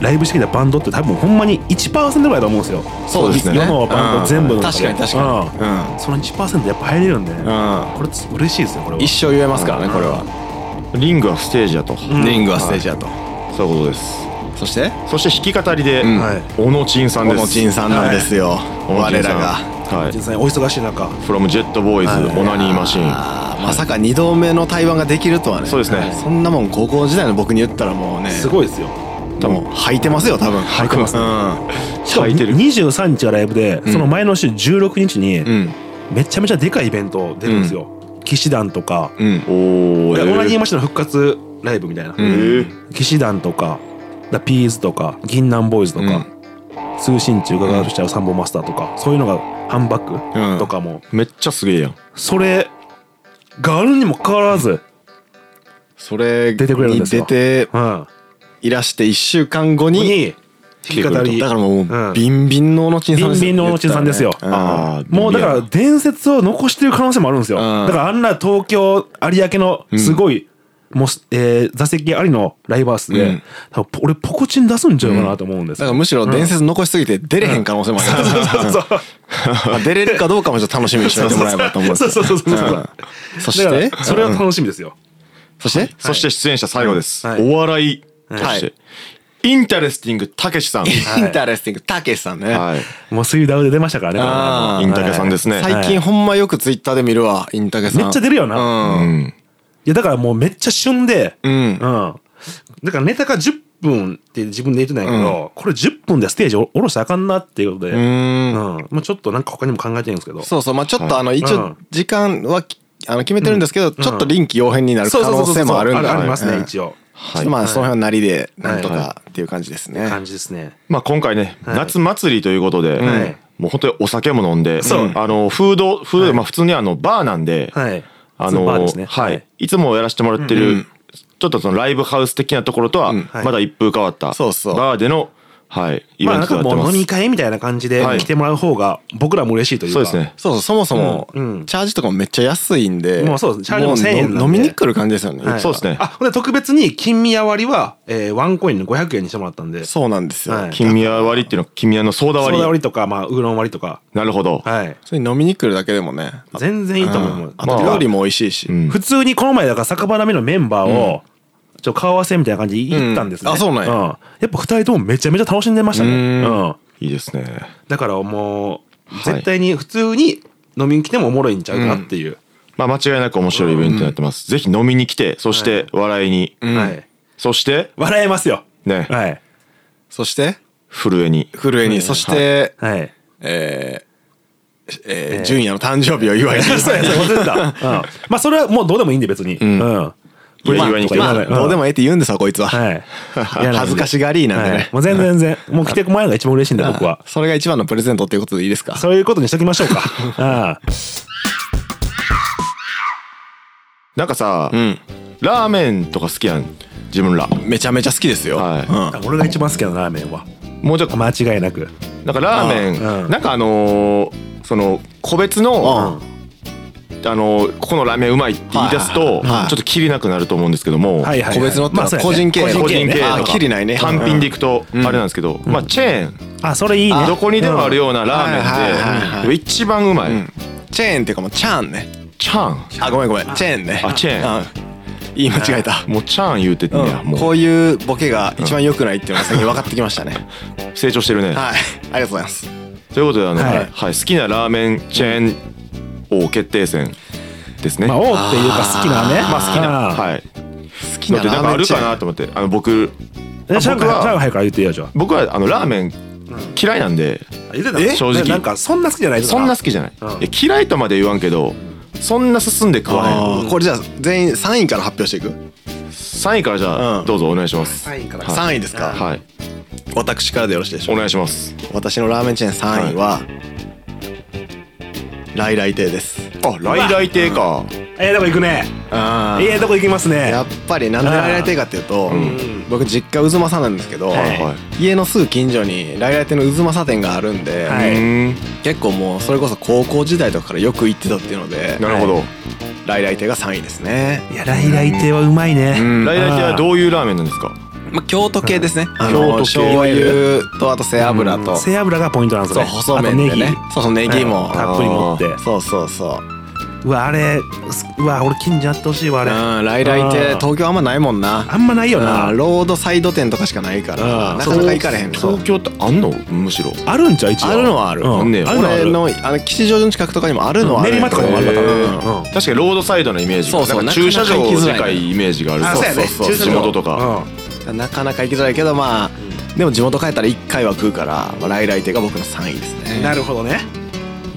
Speaker 2: ライブしてきたバンドって多分ほんまに1%ぐらいだと思うんですよ
Speaker 1: そうですね
Speaker 2: 世のバンド全部の中
Speaker 3: 確か
Speaker 2: で
Speaker 3: に確かに
Speaker 2: うんその1%やっぱ入れるんで、ね
Speaker 3: う
Speaker 2: これつ嬉しいですねこれは
Speaker 3: ん一生言えますからねこれは
Speaker 1: リングはステージだと、
Speaker 2: うん
Speaker 3: リングはステージだと
Speaker 1: そういうことです
Speaker 3: そして
Speaker 1: そして弾き語りで、
Speaker 3: うん
Speaker 2: はい
Speaker 1: 小野陳さ
Speaker 3: 小
Speaker 1: んです
Speaker 3: 野陳さんなんですよ
Speaker 1: 小野
Speaker 3: 我
Speaker 1: 陳さ
Speaker 3: ら
Speaker 1: ん
Speaker 3: が
Speaker 1: はい
Speaker 2: 実際お忙しい中
Speaker 1: from ジェットボーイズ、
Speaker 2: はい
Speaker 1: オナニーマシン
Speaker 3: あーまさか2度目の対話ができるとはね
Speaker 1: そうですね
Speaker 3: そんなもん高校時代の僕に言ったらもうね
Speaker 2: すごいですよ
Speaker 1: 多分
Speaker 3: もう履いてますよ多分履
Speaker 2: いてます
Speaker 3: う
Speaker 2: ね
Speaker 3: ん
Speaker 2: しかも
Speaker 1: 書いてる
Speaker 2: 23日がライブで、
Speaker 3: ん
Speaker 2: その前の週16日に
Speaker 3: うん
Speaker 2: めちゃめちゃでかいイベント出るんですよ、騎士団とか、
Speaker 3: うん
Speaker 1: おお
Speaker 2: でオナニーマ
Speaker 1: シ
Speaker 2: シンの復活ライブみたいな、
Speaker 3: うん
Speaker 2: 騎士団とかだピーズとか銀杏ボーイズとか、通信中がガーしちゃうサンボマスターとかそういうのがハンバッ
Speaker 3: うん
Speaker 2: グとかも、
Speaker 1: めっちゃすげえやん
Speaker 2: それがあるにもかかわらず、
Speaker 3: それ
Speaker 2: 出てくれるん
Speaker 3: に
Speaker 2: です
Speaker 3: 出
Speaker 2: よ
Speaker 3: て
Speaker 2: うん、
Speaker 3: いらして1週間後に
Speaker 2: に弾き語り
Speaker 3: だからも
Speaker 2: う
Speaker 3: うんビンビンの小野陳さんですよ
Speaker 2: ビンビンの小野陳さんですよ
Speaker 3: 言ったらね
Speaker 1: あー
Speaker 2: もうだか
Speaker 1: い
Speaker 2: ら
Speaker 1: や
Speaker 2: 伝説を残してる可能性もあるんですよ、
Speaker 3: うん
Speaker 2: だからあんな東京有明のすごい、もうす、えー座席ありのライブハウスで、
Speaker 3: うん
Speaker 2: 多分俺ポコチン出すんちゃうかなと思うんです
Speaker 3: だか
Speaker 2: よ、
Speaker 3: らむしろ伝説残しすぎて出れへん可能性もあるから
Speaker 2: そうそう
Speaker 3: まあ出れるかどうかもちょっと楽しみにしておいてもらえればと思うんです
Speaker 2: そう
Speaker 3: けど
Speaker 2: そうそうそうそう、
Speaker 3: うんそし
Speaker 2: だか
Speaker 3: て
Speaker 2: らそれは楽しみですよ、
Speaker 3: そして
Speaker 1: そして出演者最後です、
Speaker 2: はい
Speaker 1: お笑いと
Speaker 3: は
Speaker 1: して、
Speaker 3: い
Speaker 1: インタレスティングたけしさん
Speaker 3: インタレスティングたけしさんね
Speaker 1: はい
Speaker 2: もう水ダウで出ましたからねこれはも
Speaker 3: あ
Speaker 2: う
Speaker 3: ー
Speaker 1: インタケさんですね、
Speaker 3: 最近ほんまよくツイッターで見るわインタケさん
Speaker 2: めっちゃ出るよな
Speaker 1: う
Speaker 3: うん
Speaker 1: ん
Speaker 2: いやだからもうめっちゃ旬で
Speaker 3: う
Speaker 2: うん
Speaker 3: ん
Speaker 2: だからネタが10分って自分で言ってないけど、これ10分でステージお下ろしたらあかんなっていうことで、
Speaker 3: うーん
Speaker 2: うんもうちょっとなんか他にも考えてるんですけど
Speaker 3: そうそうまあちょっとあの一
Speaker 2: う
Speaker 3: 応
Speaker 2: ん
Speaker 3: 時間はきあの決めてるんですけどちょっと臨機応変になる可
Speaker 2: そうそうそう
Speaker 3: 能
Speaker 2: そう
Speaker 3: 性もあるん
Speaker 2: あ
Speaker 3: だ
Speaker 2: ありますね、
Speaker 3: うん
Speaker 2: 一応
Speaker 3: ちょっとまあその辺はなりでなんと
Speaker 1: は
Speaker 3: かっていう感じですね
Speaker 2: 感じですね
Speaker 1: まあ、今回ね、
Speaker 2: はい
Speaker 1: 夏祭りということで、
Speaker 2: はい
Speaker 1: もう本当にお酒も飲んで、
Speaker 2: そう
Speaker 1: あのフードフード、まあ、普通にあのバーなんで、
Speaker 2: はい
Speaker 1: あ
Speaker 2: スー
Speaker 1: の
Speaker 2: パーですね
Speaker 1: はい
Speaker 2: はい
Speaker 1: い、つもやらせてもらってる、ちょっとそのライブハウス的なところとは
Speaker 3: うん
Speaker 2: はい
Speaker 1: まだ一風変わった、
Speaker 3: そうそう
Speaker 1: バーでの、はい、イ
Speaker 2: ま
Speaker 1: ベ
Speaker 2: あ
Speaker 1: ン
Speaker 2: なん
Speaker 1: ト
Speaker 2: か
Speaker 1: になって
Speaker 2: も
Speaker 1: ま
Speaker 2: う
Speaker 1: す、
Speaker 2: 飲み会みたいな感じで
Speaker 1: はい
Speaker 2: 来てもらう方が僕らも嬉しいという
Speaker 1: そう
Speaker 2: か
Speaker 1: ですね
Speaker 3: そうそうそもそも
Speaker 2: うんうん
Speaker 3: チャージとかもめっちゃ安いんで
Speaker 2: もうそうですチャージも
Speaker 3: う
Speaker 2: 1000円なんで
Speaker 3: 飲みに来る感じですよね
Speaker 2: はい
Speaker 1: そうですね
Speaker 2: あほんで特別に金見割りは、えーワンコインの500円にしてもらったんで
Speaker 3: そうなんですよ
Speaker 2: はい
Speaker 1: 金宮割りっていうのは金宮のソーダ
Speaker 2: ソ
Speaker 1: 割
Speaker 2: ー
Speaker 1: り
Speaker 2: ダ割りとか、まあ、ウーロン割りとか、
Speaker 1: なるほど、
Speaker 2: はい、
Speaker 3: それに飲みに来るだけでもねあ
Speaker 2: 全然いいと思う。
Speaker 3: あと料理も美味しいし
Speaker 1: うん
Speaker 2: 普通にこの前だから酒場並みのメンバーを、ちょっと顔合わせみたいな感じで行ったんですね。
Speaker 3: うんあそうなんや
Speaker 2: やっぱ二人ともめちゃめちゃ楽しんでましたね。
Speaker 3: うん
Speaker 2: うん
Speaker 1: いいですね
Speaker 2: だからもう
Speaker 1: はい
Speaker 2: 絶対に普通に飲みに来てもおもろいんちゃうかなっていう。
Speaker 1: まあ間違いなく面白いイベントになってます、ぜひ飲みに来てそして笑いに、
Speaker 3: うん
Speaker 2: はい。
Speaker 1: そして
Speaker 2: 笑えますよ。
Speaker 1: ね
Speaker 2: はい
Speaker 3: そして
Speaker 1: 震えに
Speaker 3: 震えにそして
Speaker 2: はい。
Speaker 3: えーえー純也の誕生日を祝い に
Speaker 2: そうやそうや忘れてた。うん。まあそれはもうどうでもいいんで別に。うんん。
Speaker 1: いや
Speaker 2: まあ
Speaker 1: 祝いに来て
Speaker 2: とか
Speaker 3: ま
Speaker 2: 言わな
Speaker 3: あ
Speaker 2: い
Speaker 3: どうでもええって言うんですわこいつは
Speaker 2: うんはい。いや
Speaker 3: 恥ずかしがりなんで
Speaker 2: は
Speaker 3: ね
Speaker 2: いもう全然全然もう来てもらえるのが一番嬉しいんで僕は
Speaker 3: あ。 それが一番のプレゼントっていうことでいいですか
Speaker 2: そういうことにしときましょうか。あ
Speaker 1: なんかさ、
Speaker 3: うん
Speaker 1: ラーメンとか好きやん自分ら
Speaker 3: めちゃめちゃ好きですよ
Speaker 1: はい
Speaker 2: あ。俺が一番好きなラーメンは
Speaker 1: もうちょっと
Speaker 2: 間違いなく。
Speaker 1: なんかラーメン、
Speaker 2: あうん
Speaker 1: なんかあのーその個別の、あのーここのラーメンうまいって言い出すと、
Speaker 3: はいはい
Speaker 1: ちょっと切りなくなると思うんですけども、
Speaker 2: はい
Speaker 3: うん
Speaker 2: はい
Speaker 3: 個別のってのは
Speaker 2: まあそうやね
Speaker 3: 個人経営
Speaker 2: 個
Speaker 1: 個人経営
Speaker 3: あ
Speaker 1: と
Speaker 3: ー
Speaker 1: か
Speaker 3: きりないね
Speaker 1: 単品でいくとあ
Speaker 3: うん
Speaker 1: れなんですけど、まあチェーン、
Speaker 2: あそれいいね。
Speaker 1: どこにでもあるようなラ
Speaker 3: はいはいはい
Speaker 1: ーメン
Speaker 3: はい
Speaker 1: で、一番うまい、
Speaker 3: うんチェーンっていうかもうチャーンね
Speaker 1: チャー
Speaker 3: あごめんごめんチェーンね
Speaker 1: あチェーン
Speaker 3: ン言い間違えた
Speaker 1: ンもうチャーン言うてんねや、
Speaker 3: うん
Speaker 1: も
Speaker 3: こ
Speaker 1: う
Speaker 3: ういうボケが一番良くないっていうのが最近分かってきましたね
Speaker 1: 成長してるね、
Speaker 3: はいありがとうございます
Speaker 1: ということであの、
Speaker 2: は
Speaker 1: はいい好きなラーメンチェーン王決定戦ですね、
Speaker 2: まあ
Speaker 1: ま
Speaker 2: 王っていうか好きなね。
Speaker 3: あーま
Speaker 1: あ好きなはい
Speaker 3: 好き
Speaker 1: だっ
Speaker 3: な
Speaker 1: て
Speaker 3: ラー
Speaker 1: なんか
Speaker 3: メ
Speaker 1: あ
Speaker 3: ン
Speaker 1: る
Speaker 3: チェ
Speaker 1: か
Speaker 3: ーン
Speaker 1: なと思ってあの僕
Speaker 2: で上海
Speaker 1: 僕は
Speaker 2: 上海から言ってよじゃあ。
Speaker 1: 僕はあのラーメン嫌いなんで
Speaker 2: 言って
Speaker 1: え正直
Speaker 2: なんかそんな好きじゃないです
Speaker 1: そんな好きじゃない,、
Speaker 2: うん
Speaker 1: いや嫌いとまで言わんけどそんな進んで食わへん
Speaker 3: あーこれじゃあ全員3位から発表していく
Speaker 1: 3位からじゃあ、
Speaker 3: うん
Speaker 1: どうぞお願いします
Speaker 2: 3位から
Speaker 1: はい、
Speaker 3: 3位ですか
Speaker 1: はい、
Speaker 3: 私からでよろしいでしょ
Speaker 1: お
Speaker 3: うか
Speaker 1: 願いします
Speaker 3: 私のラーメンチェーン3位は来来亭です
Speaker 1: あ来来亭か
Speaker 2: ええとこ行くね
Speaker 3: あ
Speaker 2: ええとこ行きますね
Speaker 3: やっぱりなんで来来亭かっていうと、
Speaker 2: ん
Speaker 3: 僕実家渦政なんですけど、
Speaker 2: はい
Speaker 1: は
Speaker 3: 家のすぐ近所に来来亭の渦政店があるんで、
Speaker 2: はいいう
Speaker 1: ーん
Speaker 3: 結構もうそれこそ高校時代とかからよく行ってたっていうので
Speaker 1: なるほど
Speaker 3: 来来亭が3位ですね、
Speaker 2: いやライライ亭はうまいね、
Speaker 3: うん
Speaker 1: 来来亭はどういうラーメンなんですか
Speaker 3: まあ、京都系ですね、あ
Speaker 1: 京
Speaker 3: の
Speaker 1: 都系
Speaker 3: 醤油とあと背脂と、
Speaker 2: 背脂がポイントなんです
Speaker 3: そ
Speaker 2: ね
Speaker 3: う細麺でね
Speaker 2: あとネギ
Speaker 3: そうそうネギも、
Speaker 2: うんたっぷり持って
Speaker 3: そうそうそう
Speaker 2: うわあれすうわ俺近所やってほしいわあ
Speaker 3: う
Speaker 2: れ
Speaker 3: ん来来って
Speaker 2: うん
Speaker 3: 東京あんまないもんな
Speaker 2: あんまないよな
Speaker 3: うんロードサイド店とかしかないから
Speaker 2: うん
Speaker 3: なかなか行かれへんの
Speaker 1: 東京ってあんのむしろ
Speaker 2: あるんちゃう一応
Speaker 3: あるのはある、
Speaker 2: うん
Speaker 1: あんねや
Speaker 2: あるのはあ
Speaker 3: 俺
Speaker 2: る
Speaker 3: のあの吉祥寺の近くとかにもあるのはある
Speaker 2: 練馬とかでもあるわ多分
Speaker 1: へー
Speaker 2: うん
Speaker 1: 確かにロードサイドのイメージ
Speaker 3: そうそう
Speaker 1: なんか駐車
Speaker 3: な
Speaker 1: 場
Speaker 3: かなか行きづ
Speaker 1: で
Speaker 3: らい
Speaker 1: かいイメージがある
Speaker 2: あそうやね
Speaker 1: そうそうそう
Speaker 2: 駐
Speaker 1: 地
Speaker 2: 車場
Speaker 1: 元とか
Speaker 3: なかなか行きづらいけどまあでも地元帰ったら1回は食うから、まあ、来来亭が僕の3位です
Speaker 2: う
Speaker 3: ね
Speaker 2: んなるほどね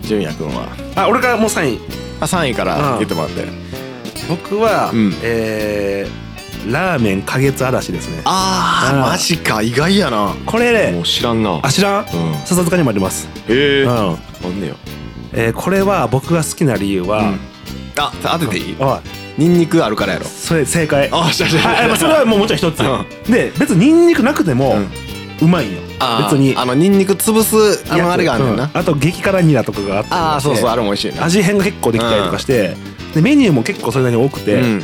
Speaker 3: 純也君は
Speaker 2: あ俺からもう3位
Speaker 3: あ3位から
Speaker 2: うん
Speaker 3: 言ってもらって、
Speaker 2: 僕は、
Speaker 3: うん
Speaker 2: えーラーメン花月嵐ですね
Speaker 3: あー
Speaker 2: あー
Speaker 3: マジか意外やな
Speaker 2: これ
Speaker 1: も
Speaker 2: ね
Speaker 1: う知らんな
Speaker 2: あ知らん
Speaker 1: うん
Speaker 2: 笹塚にもあります、
Speaker 1: へえ
Speaker 2: うん
Speaker 1: あんねや
Speaker 2: えーこれは僕が好きな理由は、
Speaker 3: うんあ当てていい
Speaker 2: おい
Speaker 3: ニンニクあるからやろ
Speaker 2: それ正解
Speaker 3: あじゃじ
Speaker 2: あまあそれはもうもちろん一つ、で別にニンニクなくてもうまいんよ、別に
Speaker 3: あのニンニク潰すあのあれがあんねんな、
Speaker 2: うんあと激辛ニラとかがあったりと
Speaker 3: あ
Speaker 2: か
Speaker 3: あ
Speaker 2: して
Speaker 3: そうそうあれも美味しいな
Speaker 2: 味変が結構できたりとかして、でメニューも結構それなりに多くて、
Speaker 3: うん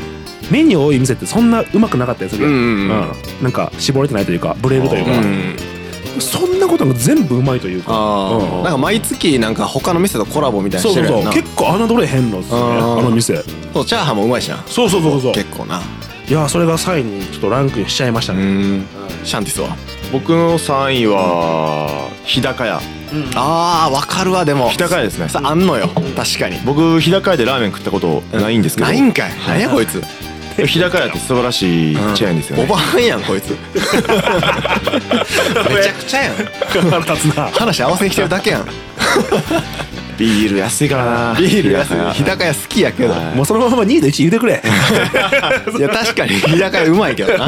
Speaker 2: メニュー多い店ってそんなうまくなかったりする
Speaker 3: うん
Speaker 2: やん、
Speaker 3: うんうん
Speaker 2: なんか絞れてないというかブレるという
Speaker 3: う
Speaker 2: か、
Speaker 3: ん
Speaker 2: そんなことが全部うまいというか
Speaker 3: あー
Speaker 2: うん
Speaker 3: なんか毎月なんか他の店とコラボみたいに
Speaker 2: そう
Speaker 3: して
Speaker 2: そう
Speaker 3: るや
Speaker 2: そ
Speaker 3: ん
Speaker 2: う
Speaker 3: な
Speaker 2: 結構侮れへんのっす
Speaker 3: あ
Speaker 2: ね
Speaker 3: ー
Speaker 2: あの店
Speaker 3: そうチャーハンもうまいしな
Speaker 2: そうそうそうそう
Speaker 3: 結構ない
Speaker 2: やそれが3位にちょっとランクインしちゃいました
Speaker 3: う
Speaker 2: ね、
Speaker 3: んシャンティスは
Speaker 1: 僕の3位は日高屋
Speaker 3: あーわかるわでも
Speaker 1: 日高屋ですね
Speaker 3: さあんのよ確かに
Speaker 1: 僕日高屋でラーメン食ったことないんですけど
Speaker 3: ないんかい何やこいつ
Speaker 1: 日高屋って素晴らしいチェーンですよ
Speaker 3: お
Speaker 1: ね
Speaker 3: ばはんやんこいつめちゃくちゃやん
Speaker 2: 腹立つな
Speaker 3: 話合わせに来てるだけやん
Speaker 1: ビール安いからな
Speaker 3: ビール安い日
Speaker 1: 日高
Speaker 3: 高屋好きやけど
Speaker 1: はい
Speaker 2: もうそのまま2位と1位言うてくれ
Speaker 3: いや確かに日高屋うまいけどな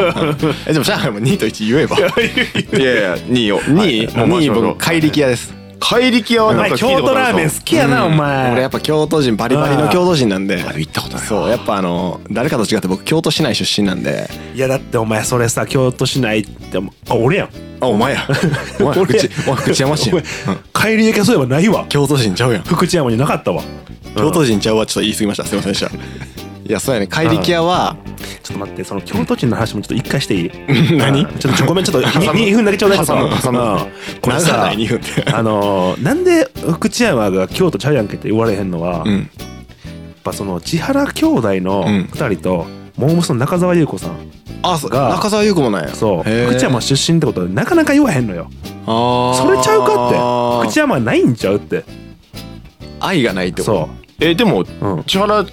Speaker 3: えでも上海も2と1言えば
Speaker 1: 屋いやいや2位を
Speaker 3: 2位
Speaker 1: もう回し
Speaker 3: 2位
Speaker 1: ましょう
Speaker 3: 僕怪力屋です
Speaker 1: 怪力屋
Speaker 2: お
Speaker 1: はなん
Speaker 2: 前
Speaker 1: か聞い
Speaker 2: 京
Speaker 1: たこと
Speaker 2: 都
Speaker 1: あ
Speaker 2: ラーメ
Speaker 1: る
Speaker 2: ン
Speaker 1: ぞ
Speaker 2: 好きやなお前
Speaker 3: 俺やっぱ京都人バリバリの京都人なんで
Speaker 1: 行ったことない
Speaker 3: そうやっぱあの誰かと違って僕京都市内出身なんで
Speaker 2: いやだってお前それさ京都市内ってあ俺やん
Speaker 3: あお前 やお前
Speaker 2: 俺
Speaker 3: 口お前口山市
Speaker 2: お
Speaker 3: や
Speaker 2: 前帰りだけそういえばないわ
Speaker 3: 京都人ちゃうやん
Speaker 2: 福知山になかったわ
Speaker 3: 京都人ちゃうはちょっと言い過ぎましたすいませんでしたいやそうやね怪力屋は
Speaker 2: ちょっと待ってその京都人の話もちょっと一回していい
Speaker 3: 何
Speaker 2: うんちょっとちょごめんちょっと2分だけちょうだい
Speaker 3: 挟む
Speaker 2: うん
Speaker 3: 挟む
Speaker 2: うんこれ
Speaker 3: 長
Speaker 2: さ
Speaker 3: ない2分って
Speaker 2: あのーなんで福知山が京都ちゃうやんけって言われへんのは、
Speaker 3: う
Speaker 2: やっ
Speaker 3: ん
Speaker 2: ぱその千原兄弟の
Speaker 3: うん
Speaker 2: 2人と、モームスの中澤裕子さん
Speaker 3: あそう
Speaker 2: が
Speaker 3: 中澤優子もなんや
Speaker 2: そう
Speaker 3: へー
Speaker 2: 福知山出身ってことはなかなか言わへんのよ
Speaker 3: あー
Speaker 2: それちゃうかって福知山ないんちゃうって
Speaker 3: 愛がないってこと
Speaker 2: そ
Speaker 1: えでも
Speaker 2: う、うん、
Speaker 1: 千原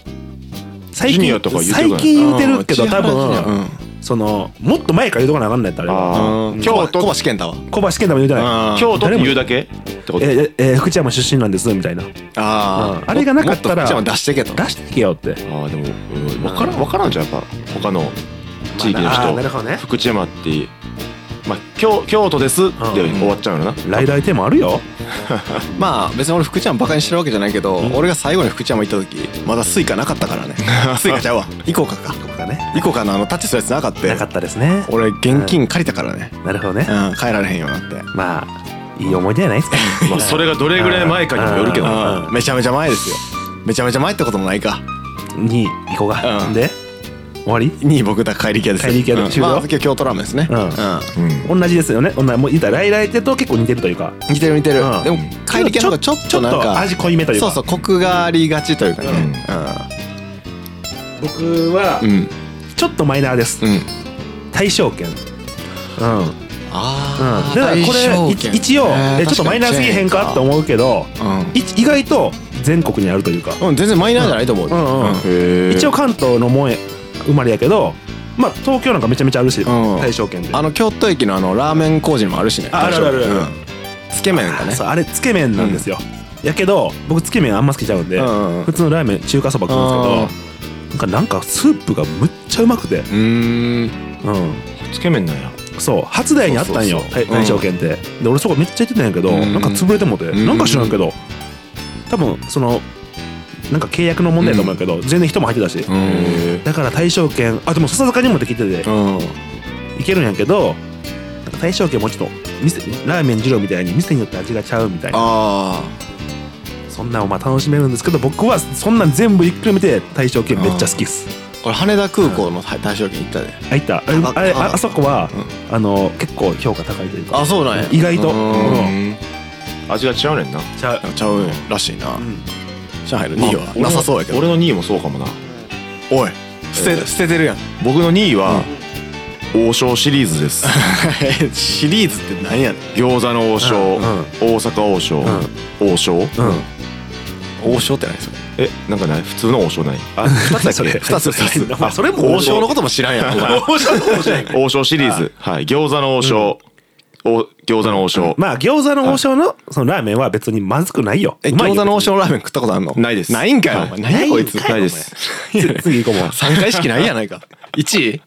Speaker 2: 最
Speaker 1: ジュニア
Speaker 2: 近
Speaker 1: とか言うてこない
Speaker 2: 最近言うてるけど
Speaker 3: うん
Speaker 2: 多
Speaker 3: 千原ジュニア
Speaker 2: 分そのもっと前から言うとかなあかんねやったらあれは
Speaker 1: あ
Speaker 3: う
Speaker 1: ー
Speaker 3: ん
Speaker 1: 京
Speaker 3: 小
Speaker 1: 都
Speaker 3: 橋健太は
Speaker 2: 小橋健太も言うてない
Speaker 3: うん
Speaker 1: 京都って言うだけってこと
Speaker 2: えええ福知山出身なんですみたいな
Speaker 3: あ
Speaker 2: うん
Speaker 3: ー
Speaker 2: あれがなかった
Speaker 3: も
Speaker 2: ら
Speaker 3: とこっちも出してけと
Speaker 2: 出していけよって
Speaker 1: ああでもうんわからんわからんじゃんやっぱ他の地域の
Speaker 2: まああー
Speaker 1: 人
Speaker 2: なるほどね
Speaker 1: 福知山ってまあ京京都ですで終わっちゃうのな
Speaker 2: 来来店もあるよ
Speaker 3: まあ別に俺福ちゃんバカにしてるわけじゃないけど、
Speaker 2: ん
Speaker 3: 俺が最後に福ちゃんも行った時まだスイカなかった からねスイカちゃうわイコカか
Speaker 2: とかね
Speaker 3: イコカのあのタッチするやつなかった
Speaker 2: なかったですね
Speaker 3: 俺現金借りたからね、
Speaker 2: なるほどね
Speaker 3: うん、帰られへんようになって、
Speaker 2: まあいい思い出じゃないで すか
Speaker 1: まあそれがどれぐらい前かにもよるけど
Speaker 2: う
Speaker 1: な
Speaker 2: あん
Speaker 3: うんめちゃめちゃ前ですよめちゃめちゃ前ってこともないか
Speaker 2: に行こうが
Speaker 3: うん
Speaker 2: で終わり
Speaker 3: 2位僕だ帰り系ですよ
Speaker 2: 怪力屋
Speaker 3: う
Speaker 2: の
Speaker 3: ん
Speaker 2: 中道
Speaker 3: まあ今日京都ラーメンですね
Speaker 2: うん
Speaker 1: うん
Speaker 2: 同じですよね同じもう言ったら来来店と結構似てるというか
Speaker 3: 似てる似てる、
Speaker 2: うん
Speaker 3: でも帰り系の方がちょっ
Speaker 2: ち
Speaker 3: と
Speaker 2: ょっ
Speaker 3: なん
Speaker 2: と
Speaker 3: か
Speaker 2: 味濃いめという
Speaker 3: そ
Speaker 2: か
Speaker 3: うそうコクがありがちというかね
Speaker 2: 僕は
Speaker 3: うんうん
Speaker 2: ちょっとマイナーです
Speaker 3: うん
Speaker 2: 大正券うん
Speaker 3: あ
Speaker 2: うん、
Speaker 3: ー
Speaker 2: だからこ
Speaker 3: 大
Speaker 2: れ
Speaker 3: 正圏
Speaker 2: い一応
Speaker 3: ね
Speaker 2: えちょっとマイナーすぎへんかって思うけど
Speaker 3: 確かにチェーン
Speaker 2: い意外と全国にあるというか、
Speaker 3: かうん、うん、全然マイナーじゃないと思う、
Speaker 2: うんうんうん
Speaker 1: へえ
Speaker 2: 一応関東のもんや生まれやけどまあ東京なんかめちゃめちゃあるし、
Speaker 3: ん
Speaker 2: 大正圏で
Speaker 3: あの京都駅のあのラーメン工事にもあるしね
Speaker 2: ああるあるあるある
Speaker 3: うんつけ麺がね
Speaker 2: そうあれつけ麺なんですよ、やけど僕つけ麺あんま好きちゃうんで、
Speaker 3: うんうん
Speaker 2: 普通のラーメン中華そば食うんですけどなんかなんかスープがむっちゃうまくて、
Speaker 3: うーん
Speaker 2: うん、
Speaker 1: つけ麺なんや
Speaker 2: そう初代にあったんよ
Speaker 3: そうそうそう
Speaker 2: 大大正圏って、で俺そこめっちゃ行ってたんやけど、
Speaker 3: うん
Speaker 2: なんか潰れてもうて、
Speaker 3: ん
Speaker 2: なんか知らんけど多分そのなんか契約の問題だと思うけど、全然人も入ってたし、
Speaker 3: うん
Speaker 2: だから大賞券あでも笹塚にもできてて、
Speaker 3: うん
Speaker 2: いけるんやけどなんか大賞券もちょっと店ラーメン二郎みたいに店によって味がちゃうみたいな
Speaker 3: あ
Speaker 2: そんなんをまあ楽しめるんですけど僕はそんなん全部ひっくるめて大賞券めっちゃ好きっす
Speaker 3: ー俺羽田空港の大大賞券行ったで
Speaker 2: あいたあれ
Speaker 3: あ
Speaker 2: あれ
Speaker 3: あ
Speaker 2: ああそこは、あの結構評価高いというか
Speaker 3: あそうなんや
Speaker 2: 意外と
Speaker 3: うん
Speaker 1: 味が違うねんな
Speaker 2: ちゃう
Speaker 3: ちゃうらしいな
Speaker 2: うん
Speaker 3: 上海の2位は
Speaker 1: あ俺の
Speaker 3: なさそうやけ
Speaker 1: 俺
Speaker 3: ど
Speaker 1: の2位もそうかもな
Speaker 3: おい捨て捨ててるやん
Speaker 1: 僕の2位は、王将シリーズです
Speaker 3: シリーズって何やねん
Speaker 1: 餃子の王将、
Speaker 2: うんうん
Speaker 1: 大阪王将、王将
Speaker 2: うん
Speaker 3: 王将って何それ
Speaker 1: えなんかない普通の王将ないあ二つだっけ
Speaker 2: それ
Speaker 1: 二
Speaker 2: そ
Speaker 1: つ
Speaker 2: れ
Speaker 1: 二つ
Speaker 2: お前それも
Speaker 3: 王将のことも知らんやんお前
Speaker 2: 王将の王将やん
Speaker 1: あ王将シリーズはい餃子の王将、お餃子の王将、
Speaker 2: まあ餃子の王将のそのラーメンは別にまずくないよ
Speaker 3: え
Speaker 2: うまいよ
Speaker 3: 餃子の王将ラーメン食ったことあんの
Speaker 1: ないです
Speaker 3: ないんかよお
Speaker 1: は
Speaker 3: 前
Speaker 1: い
Speaker 3: 何やこいつ
Speaker 1: ないです
Speaker 2: 別に次行こうもう
Speaker 3: 三回式ないやないか1位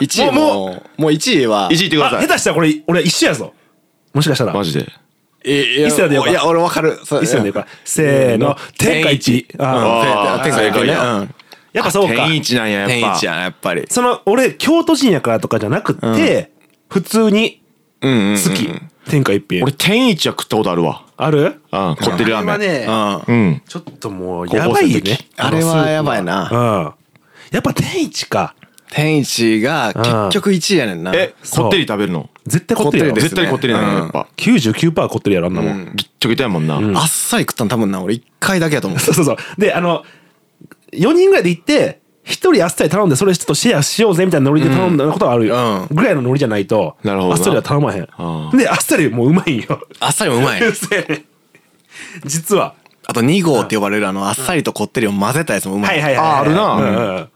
Speaker 3: 1位
Speaker 2: もう
Speaker 3: もうもう1位は
Speaker 1: 1位ってくだ
Speaker 2: あ
Speaker 1: さ
Speaker 2: 下
Speaker 1: い
Speaker 2: 手したらこれ俺一緒やぞもしかしたら
Speaker 1: マジで
Speaker 3: えいや
Speaker 2: 一世でよか
Speaker 3: いや俺わかるそ
Speaker 2: 一緒やねんかせーの天下一あー
Speaker 1: あー
Speaker 3: 天下一ね
Speaker 1: 正解
Speaker 3: うん
Speaker 2: やっぱそうか
Speaker 1: 天一なんややっ
Speaker 3: 天
Speaker 1: ぱ
Speaker 3: 一やなやっぱり
Speaker 2: その俺京都人やからとかじゃなくて普通に
Speaker 3: うんうんうん
Speaker 2: 好き天下一品
Speaker 1: 俺天一は食ったことあるわ
Speaker 2: ある
Speaker 1: うんこってりラーメン
Speaker 2: ね
Speaker 3: うん
Speaker 1: うん
Speaker 2: ちょっともう
Speaker 1: 高校
Speaker 2: や
Speaker 1: 生の
Speaker 2: ばい
Speaker 1: 時
Speaker 2: ね
Speaker 3: あれはやばいな
Speaker 2: うんやっぱ天一か
Speaker 3: 天一が結局1位やねんな
Speaker 1: え
Speaker 2: そう
Speaker 1: こってり食べるの
Speaker 2: 絶対こってりやろ
Speaker 3: ですね
Speaker 1: 絶対こってりなんややっぱ
Speaker 2: 99%こってりやろあんなもん
Speaker 1: ぎっちょぎたやもんな
Speaker 3: あっさり食ったの多分な俺1回だけやと思う
Speaker 2: そうそうそう。で、あの、4人ぐらいで行って、1人あっさり頼んで、それちょっとシェアしようぜみたいなノリで頼んだことはあるよ。
Speaker 3: う
Speaker 2: ぐらいのノリじゃないと、
Speaker 1: なるほどな
Speaker 2: あっさりは頼まへ
Speaker 1: あ
Speaker 2: ん。で、あっさりもううまいんよ。
Speaker 3: あっさりもうまい
Speaker 2: そうやね実は。
Speaker 3: あと2号って呼ばれるあのあっさりとこってりを混ぜたやつもうま
Speaker 2: はい
Speaker 3: い
Speaker 2: はいはい。
Speaker 1: ああるな
Speaker 2: うんうん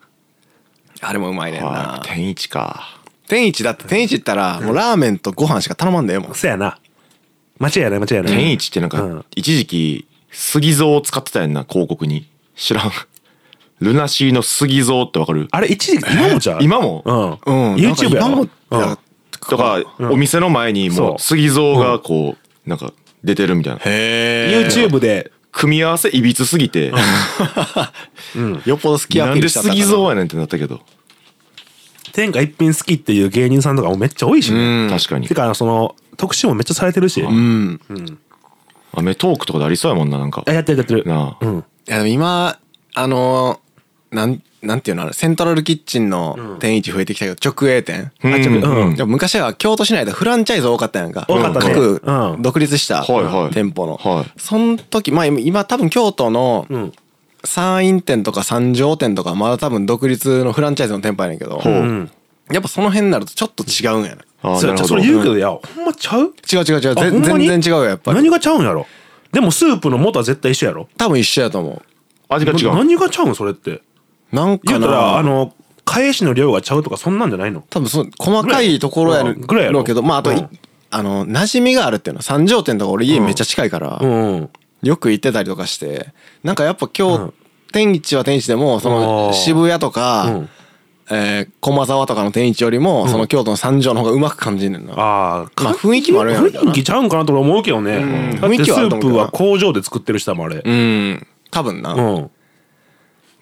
Speaker 3: あれもうまいねん
Speaker 1: あ
Speaker 3: な
Speaker 1: ー天一か
Speaker 3: 天一だって天一ったらもうラーメンとご飯しか頼まんでええもん
Speaker 2: そうやな。間違いない間違いない。
Speaker 1: 天一ってなん
Speaker 2: うん
Speaker 1: か一時期杉蔵を使ってたやんな広告に知らん ルナシーの杉蔵ってわかる
Speaker 2: あれ一時期、今もじゃん
Speaker 1: 今も
Speaker 2: う。
Speaker 3: うんん
Speaker 2: YouTube
Speaker 3: なんか今
Speaker 2: やろ
Speaker 3: も
Speaker 2: うん
Speaker 3: や
Speaker 1: とかお店の前に
Speaker 2: そ
Speaker 1: も
Speaker 2: う
Speaker 1: う杉蔵がこうなんか出てるみたいな
Speaker 3: へ
Speaker 2: YouTube で、
Speaker 1: 組み合わせいびつすぎて
Speaker 3: えよっぽど好きア
Speaker 1: な
Speaker 3: ピール
Speaker 1: んで
Speaker 3: しちゃった
Speaker 1: 杉蔵やねんってなったけど
Speaker 2: 天下一品好きっていう芸人さんとかもめっちゃ多いしね。
Speaker 1: 確かに
Speaker 2: てか、その、特集もめっちゃされてるし。
Speaker 3: うん
Speaker 1: アメトークとかでありそうやもんななんか
Speaker 2: あやってるやってる。
Speaker 1: なあ
Speaker 2: うん。
Speaker 3: いやでも今あのーなんなんていうのあれセントラルキッチンの天一増えてきたけど直営店、
Speaker 1: うん
Speaker 2: あちょうん
Speaker 3: でも昔は京都市内でフランチャイズ多かったやんか
Speaker 2: 多かったね
Speaker 3: 各
Speaker 2: うん
Speaker 3: 独立した
Speaker 1: はいはい
Speaker 3: 店舗の、
Speaker 1: はい
Speaker 3: その時まあ今今多分京都の
Speaker 2: ん
Speaker 3: 山陰店とか三条店とかまだ多分独立のフランチャイズの店舗やねんけど
Speaker 1: ほう
Speaker 3: やっぱその辺になるとちょっと違うんやな
Speaker 1: あー
Speaker 2: そう
Speaker 1: な
Speaker 2: や
Speaker 1: る
Speaker 2: ちょ
Speaker 1: ほ
Speaker 2: そ
Speaker 1: ど
Speaker 2: れ言うけどいやほんまちゃう
Speaker 3: 違う違う違う
Speaker 2: あ
Speaker 3: ぜ
Speaker 2: ほんまに
Speaker 3: 全然違うよやっぱり
Speaker 2: 何がちゃうんやろでもスープの元は絶対一緒やろ
Speaker 3: 多分一緒やと思
Speaker 1: 味が違う
Speaker 2: 何がちゃうんそれって
Speaker 3: うなんか
Speaker 2: 言う
Speaker 3: な
Speaker 2: たらあの返しの量がちゃうとかそんなんじゃないの
Speaker 3: 多分そう細かいところやる
Speaker 2: ぐらいやろ
Speaker 3: ろうけどまああとい、
Speaker 2: うん
Speaker 3: あの馴染みがあるっていうの三条店とか俺家めっちゃ近いから、
Speaker 2: うん
Speaker 3: よく行ってたりとかしてなんかやっぱ今日、天一は天一でもそ
Speaker 2: あー
Speaker 3: の渋谷とか、
Speaker 2: うん
Speaker 3: えー駒沢とかの天一よりも、その京都の三条の方がうまく感じんねんな
Speaker 2: ああ
Speaker 3: まあ雰囲気もあるんやろうけど
Speaker 2: 雰
Speaker 3: な
Speaker 2: 囲気ちゃうんかなと俺思うけどねだっ
Speaker 3: 雰囲
Speaker 2: て
Speaker 3: 気
Speaker 2: ス
Speaker 3: はあると思うけ
Speaker 2: ープ
Speaker 3: どな
Speaker 2: は工場で作ってるしさもあれ
Speaker 3: うん多分な、
Speaker 2: うん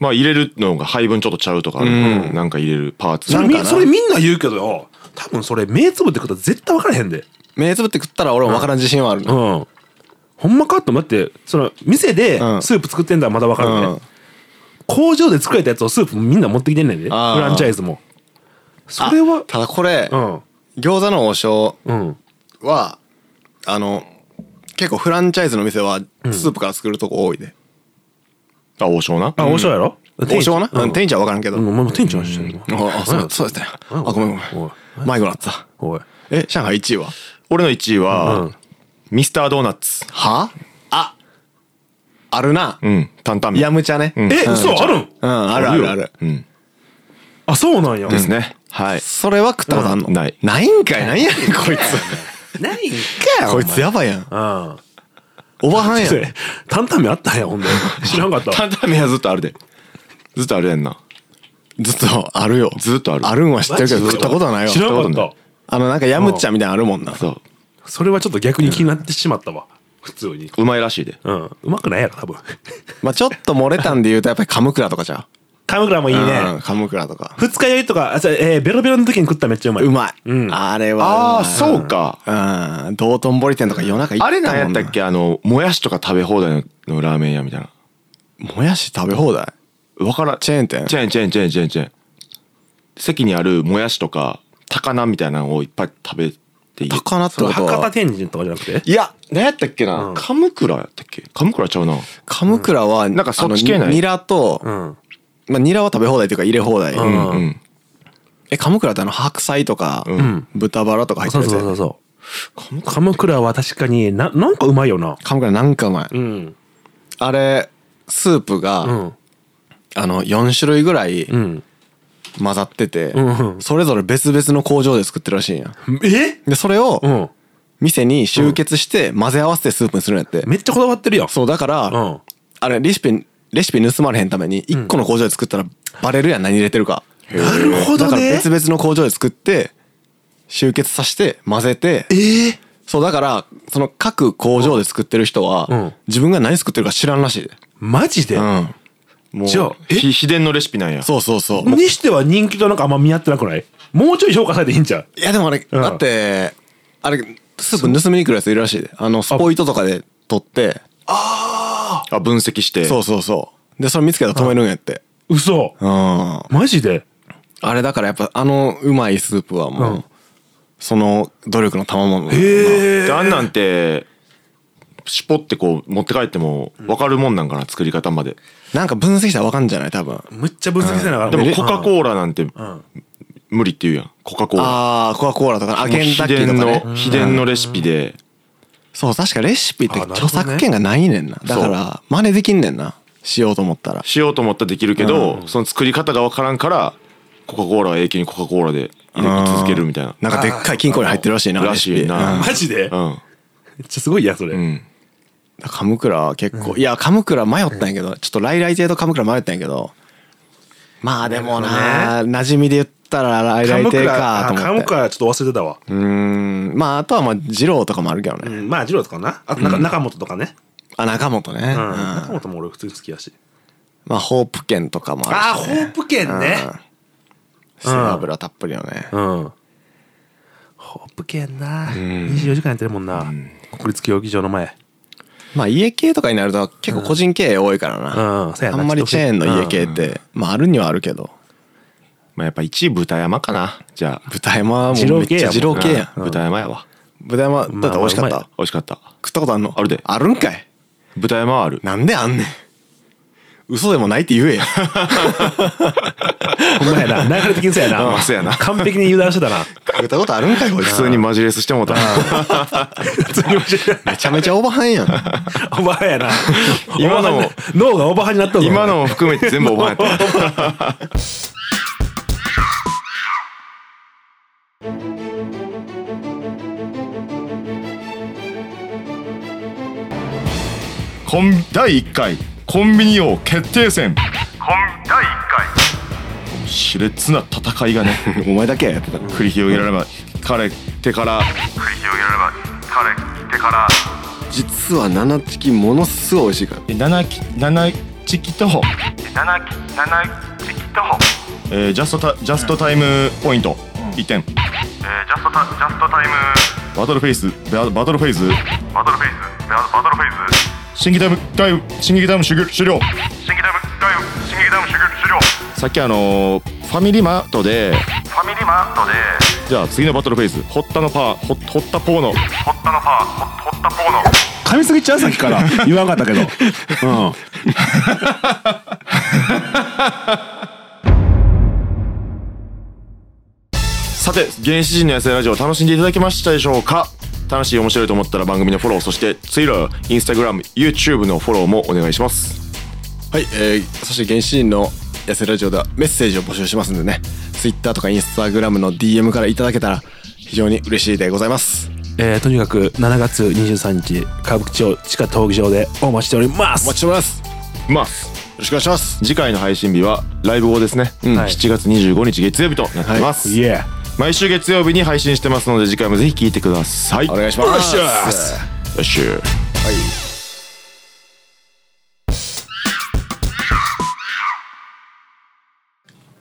Speaker 1: まあ入れるのが配分ちょっとちゃうとかあるなんか入れるパーツ
Speaker 2: それ
Speaker 3: なんか
Speaker 2: み
Speaker 3: な
Speaker 2: それみんな言うけどよ多分それ目つぶってことは絶対分からへんで
Speaker 3: 目つぶって食ったら俺も分からん自信はあるな、
Speaker 2: うんほんまかと思ってその店で
Speaker 3: うん
Speaker 2: スープ作ってんだらまだ分かるね、
Speaker 3: うん
Speaker 2: 工場で作れたやつをスープみんな持ってきてんねんでフ
Speaker 3: あー
Speaker 2: ランチャイズもそれは
Speaker 3: あただこれ、
Speaker 2: うん
Speaker 3: 餃子の王将
Speaker 2: うん
Speaker 3: はあの結構フランチャイズの店はスープから作るとこ多いで、
Speaker 1: あ王将な
Speaker 2: あ王将やろ
Speaker 3: 王将はな、
Speaker 2: う
Speaker 3: うん
Speaker 2: ん
Speaker 3: 天一は分からんけど、
Speaker 2: うんお前もう店長の話してる
Speaker 3: ああそうそうですねあごめんごめ
Speaker 2: おい
Speaker 3: ん迷子なった
Speaker 2: おい
Speaker 3: え上海1位は
Speaker 1: 俺の1位
Speaker 2: う
Speaker 1: は
Speaker 2: ん
Speaker 1: ミスタードーナツ
Speaker 3: はああるな
Speaker 1: うん担々麺
Speaker 3: ヤムチャね
Speaker 1: ん
Speaker 2: え嘘あるん
Speaker 3: うんあるあるある
Speaker 1: うん
Speaker 2: あそうなんや
Speaker 1: ですねはい
Speaker 3: それは食ったことあんの
Speaker 1: うんない
Speaker 3: ないんかいなんやねんこい
Speaker 2: ないんか
Speaker 3: つこいつやばいやん
Speaker 2: うん
Speaker 3: おばはんやん
Speaker 2: それ担々麺あったんやほんで知らんかった
Speaker 1: 担々麺はずっとあるでずっとあるやんな
Speaker 3: ずっとあるよ
Speaker 1: ずっとある
Speaker 3: あるんは知ってるけど
Speaker 2: マジ
Speaker 3: 食ったことはないわ
Speaker 2: 知らんか
Speaker 1: 食
Speaker 2: っ
Speaker 1: ったこと
Speaker 2: た
Speaker 3: あのなんかヤムチャみたいなのあるもんな
Speaker 1: そう
Speaker 2: それはちょっと逆に気になってしまったわ普通に
Speaker 1: うまいらしいで
Speaker 2: うんうまくないやろ多分
Speaker 3: まあちょっと漏れたんで言うとやっぱりカムクラとかじゃ
Speaker 2: カムクラも
Speaker 3: う
Speaker 2: いいね
Speaker 3: うんカムクラとか
Speaker 2: 二日酔いとかあそうえーベロベロの時に食ったらめっちゃうまいう
Speaker 3: まい、
Speaker 2: うん
Speaker 3: あれは
Speaker 1: ああそうか
Speaker 3: かうん道頓堀店とか夜中行ったもん
Speaker 1: あれなんやったっけあのもやしとか食べ放題ののラーメン屋みたいな
Speaker 3: もやし食べ放題
Speaker 1: わからん
Speaker 3: チェーン店
Speaker 1: チェーンチェーンチェーンチェーンチェーン席にあるもやしとか高菜みたいなのをいっぱい食べていい
Speaker 3: 高菜って
Speaker 2: そ
Speaker 3: こ
Speaker 2: の
Speaker 3: と
Speaker 2: 博多
Speaker 3: は
Speaker 2: 天神とかじゃなくて
Speaker 1: いや何やったっけな、
Speaker 2: うん
Speaker 1: カムクラやったっけカムクラちゃうな
Speaker 3: カムクラは
Speaker 1: なんかそっち系
Speaker 3: あの
Speaker 1: ない
Speaker 3: ニラと、
Speaker 2: うん
Speaker 3: まあ、ニラは食べ放題というか入れ放題、
Speaker 2: う
Speaker 1: うんんうん
Speaker 3: えカムクラってあの白菜とか、
Speaker 1: うん
Speaker 3: 豚バラとか入って
Speaker 2: そう
Speaker 3: るやつ
Speaker 2: そう
Speaker 3: や
Speaker 2: そうそうカムクラは確かにななんかうまいよな
Speaker 3: カムクラなんかうまい、
Speaker 2: うん
Speaker 3: あれスープが、
Speaker 2: うん
Speaker 3: あの4種類ぐらい
Speaker 2: うん
Speaker 3: 混ざってて、
Speaker 2: うんうん
Speaker 3: それぞれ別々の工場で作ってるらしいんや
Speaker 2: え
Speaker 3: でそれを
Speaker 2: うん
Speaker 3: 店に集結して混ぜ合わせてスープにするんやって、
Speaker 2: めっちゃこだわってるやん
Speaker 3: そうだから、
Speaker 2: うん
Speaker 3: あれレシピレシピ盗まれへんために1個の工場で作ったらバレるやん何入れてるか、
Speaker 2: なるほ
Speaker 3: だ
Speaker 2: ど
Speaker 3: から
Speaker 2: ね
Speaker 3: 別々の工場で作って集結させて混ぜて
Speaker 2: ええ
Speaker 3: そうだからその各工場で作ってる人は、
Speaker 2: うん
Speaker 3: 自分が何作ってるか知らんらしいで、
Speaker 2: マジで
Speaker 3: うん、
Speaker 1: もう
Speaker 2: じゃあえ
Speaker 1: ひ秘伝のレシピなんや
Speaker 3: そうそうそう、い
Speaker 2: にしては人気となんかあんま見合ってなくないもうちょい評価されていいんちゃう
Speaker 3: やでもあれ、
Speaker 2: うん
Speaker 3: だってあれスープ盗みに来るやついるらしいであのスポイトとかで取って
Speaker 1: あ分析して
Speaker 3: そうそうそうでそれ見つけたら止めるんやって
Speaker 2: 嘘
Speaker 3: うんあ
Speaker 2: マジで
Speaker 3: れだからやっぱあのうまいスープはもう、
Speaker 2: うん
Speaker 3: その努力の賜物
Speaker 2: へ
Speaker 1: であんなんてしぽってこう持って帰っても分かるもんなんかな作り方まで
Speaker 3: なんか分析したらわかんじゃない多分
Speaker 2: むっちゃ分析せながら
Speaker 1: でもコカ・
Speaker 2: ー
Speaker 1: コーラなんて
Speaker 2: ん
Speaker 1: 無理って言うやんコカ・コーラ
Speaker 3: ああコカ・コーラとかア
Speaker 1: もう
Speaker 3: ゲンダ
Speaker 1: 秘
Speaker 3: ッキーと
Speaker 1: 伝
Speaker 3: かね
Speaker 1: の秘伝のレシピで
Speaker 3: そう確かレシピって
Speaker 2: あーなるほどね
Speaker 3: 著作権がないねんなだから真似できんねんなしようと思ったら
Speaker 1: しようと思ったらできるけどその作り方が分からんからコカ・コーラは永久にコカ・コーラで入れ続けるみたいな
Speaker 3: なんかでっかい金庫に入ってるらしいな
Speaker 1: らしいな
Speaker 3: レシピうん
Speaker 2: マジでめっ
Speaker 1: うん
Speaker 2: ちゃすごいやそれ
Speaker 1: うん
Speaker 3: カムクラは結構いやカムクラ迷ったんやけどちょっとライライ亭とカムクラ迷ったんやけどまあでもな馴染みで言ったらライライ亭かと
Speaker 2: あカ
Speaker 3: 思
Speaker 2: ム
Speaker 3: っ
Speaker 2: ク
Speaker 3: て
Speaker 2: ラちょっと忘れてたわ
Speaker 3: うーんまああとはまあ二郎とかもあるけど
Speaker 2: う
Speaker 3: ね
Speaker 2: んまあ二郎とかなあと中中本とかね
Speaker 3: あ中本ねう
Speaker 2: う
Speaker 3: ん
Speaker 2: ん中本も俺普通に好きやし
Speaker 3: まあホープ券とかもあるしね
Speaker 2: ープ券
Speaker 3: 背脂たっぷりよね
Speaker 2: うんホープ券な24時間やってるもんな国立競技場の前
Speaker 3: まあ家系とかになると結構個人経営多いからな、
Speaker 2: うんそうや
Speaker 3: あ
Speaker 2: なん
Speaker 3: まりチェーンの家系って、まああるにはあるけど
Speaker 1: まあやっぱ1位豚山かなじゃあ
Speaker 3: 豚山はも
Speaker 2: 二
Speaker 3: う
Speaker 2: 郎
Speaker 3: めっ
Speaker 2: 系
Speaker 3: ち
Speaker 2: や
Speaker 3: ゃ
Speaker 2: もん
Speaker 3: 二郎系やん、
Speaker 1: うん豚山やわ
Speaker 3: 豚山だったら美味しかった、
Speaker 2: まあまあ
Speaker 1: 美味しかった
Speaker 3: 食ったことあんの
Speaker 1: あるで
Speaker 3: あるんかい
Speaker 1: 豚山はある
Speaker 3: なんであんねん嘘でもないって言えや
Speaker 2: ほんまやな流れ的にそうやな
Speaker 1: うんそうやな
Speaker 2: 完璧に油断してたな
Speaker 3: 食ったことあるんかいこいつ
Speaker 1: 普通にマジレスしてもうた
Speaker 2: 普通に教えて
Speaker 3: めちゃめちゃオーバーハンやん
Speaker 2: おばはやな
Speaker 1: 今のも
Speaker 2: おばはん脳がおばはになったぞ
Speaker 1: 今のも含めて全部お前やったコン第1回コンビニ王決定戦コン第1回熾烈な戦いがね
Speaker 3: お前だけやってた
Speaker 1: 繰り広げられば彼手か ら
Speaker 3: 実は七チキものすごい美味しいから
Speaker 1: 7き7チキと
Speaker 4: 七き七チキと、
Speaker 1: えージャストタジャストタイムポイント1点
Speaker 4: えー、ジャストタジャストタイム
Speaker 1: バトルフェイスババトルフェイズ
Speaker 4: バトルフェイズババトルフェイズ
Speaker 1: 新規タイムタイム新規タイム終了終了
Speaker 4: 新規ダムダイム新規ダム終了終了
Speaker 1: さっきあのーファミリーマートで
Speaker 4: ファミリーマートで
Speaker 1: じゃあ次のバトルフェイズホッタのパーホッホッタポーの
Speaker 4: ホッタのファーホホッタポーの
Speaker 2: 噛みすぎちゃうさっきから言わんかったけどうん
Speaker 1: さて原始人の野生ラジオ楽しんでいただけましたでしょうか楽しい面白いと思ったら番組のフォローそして TwitterInstagramYouTube のフォローもお願いします
Speaker 3: はい、えー、そして原始人の痩せラジオではメッセージを募集しますんでね Twitter とか Instagram の DM からいただけたら非常に嬉しいでございます
Speaker 2: えーとにかく7月23日歌舞伎町地下闘技場でお待ちしておりま
Speaker 3: お
Speaker 2: す
Speaker 3: 待ちしておりますよ
Speaker 1: まあす
Speaker 3: ろしくお願いします
Speaker 1: 次回の配信日はライブ後ですね、
Speaker 2: はい
Speaker 1: 7月25日月曜日となってます、
Speaker 2: イエ
Speaker 1: 毎週月曜日に配信してますので次回もぜひ聞いてください
Speaker 3: お願いします
Speaker 1: よっしゃ
Speaker 3: はい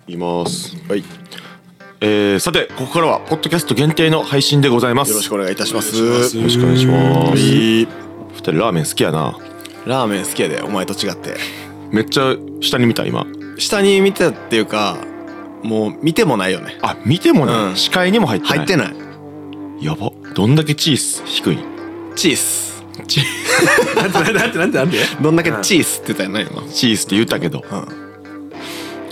Speaker 1: いきますはいえー、さてここからはポッドキャスト限定の配信でございます
Speaker 3: よろしくお願いいたします
Speaker 1: よろしくお願いします
Speaker 3: い
Speaker 1: 二人ラーメン好きやな
Speaker 3: ラーメン好きやでお前と違って
Speaker 1: めっちゃ下に見た今
Speaker 3: 下に見てたっていうかもう見てもないよね
Speaker 1: あ見てもない、
Speaker 3: うん
Speaker 1: 視界にも入ってない
Speaker 3: 入ってない
Speaker 1: やばどんだけチース低い
Speaker 3: チース
Speaker 1: チ
Speaker 2: なんてなんてなんてなんて
Speaker 3: どんだけチースって言ったらないよ
Speaker 1: チースって言ったけど
Speaker 3: な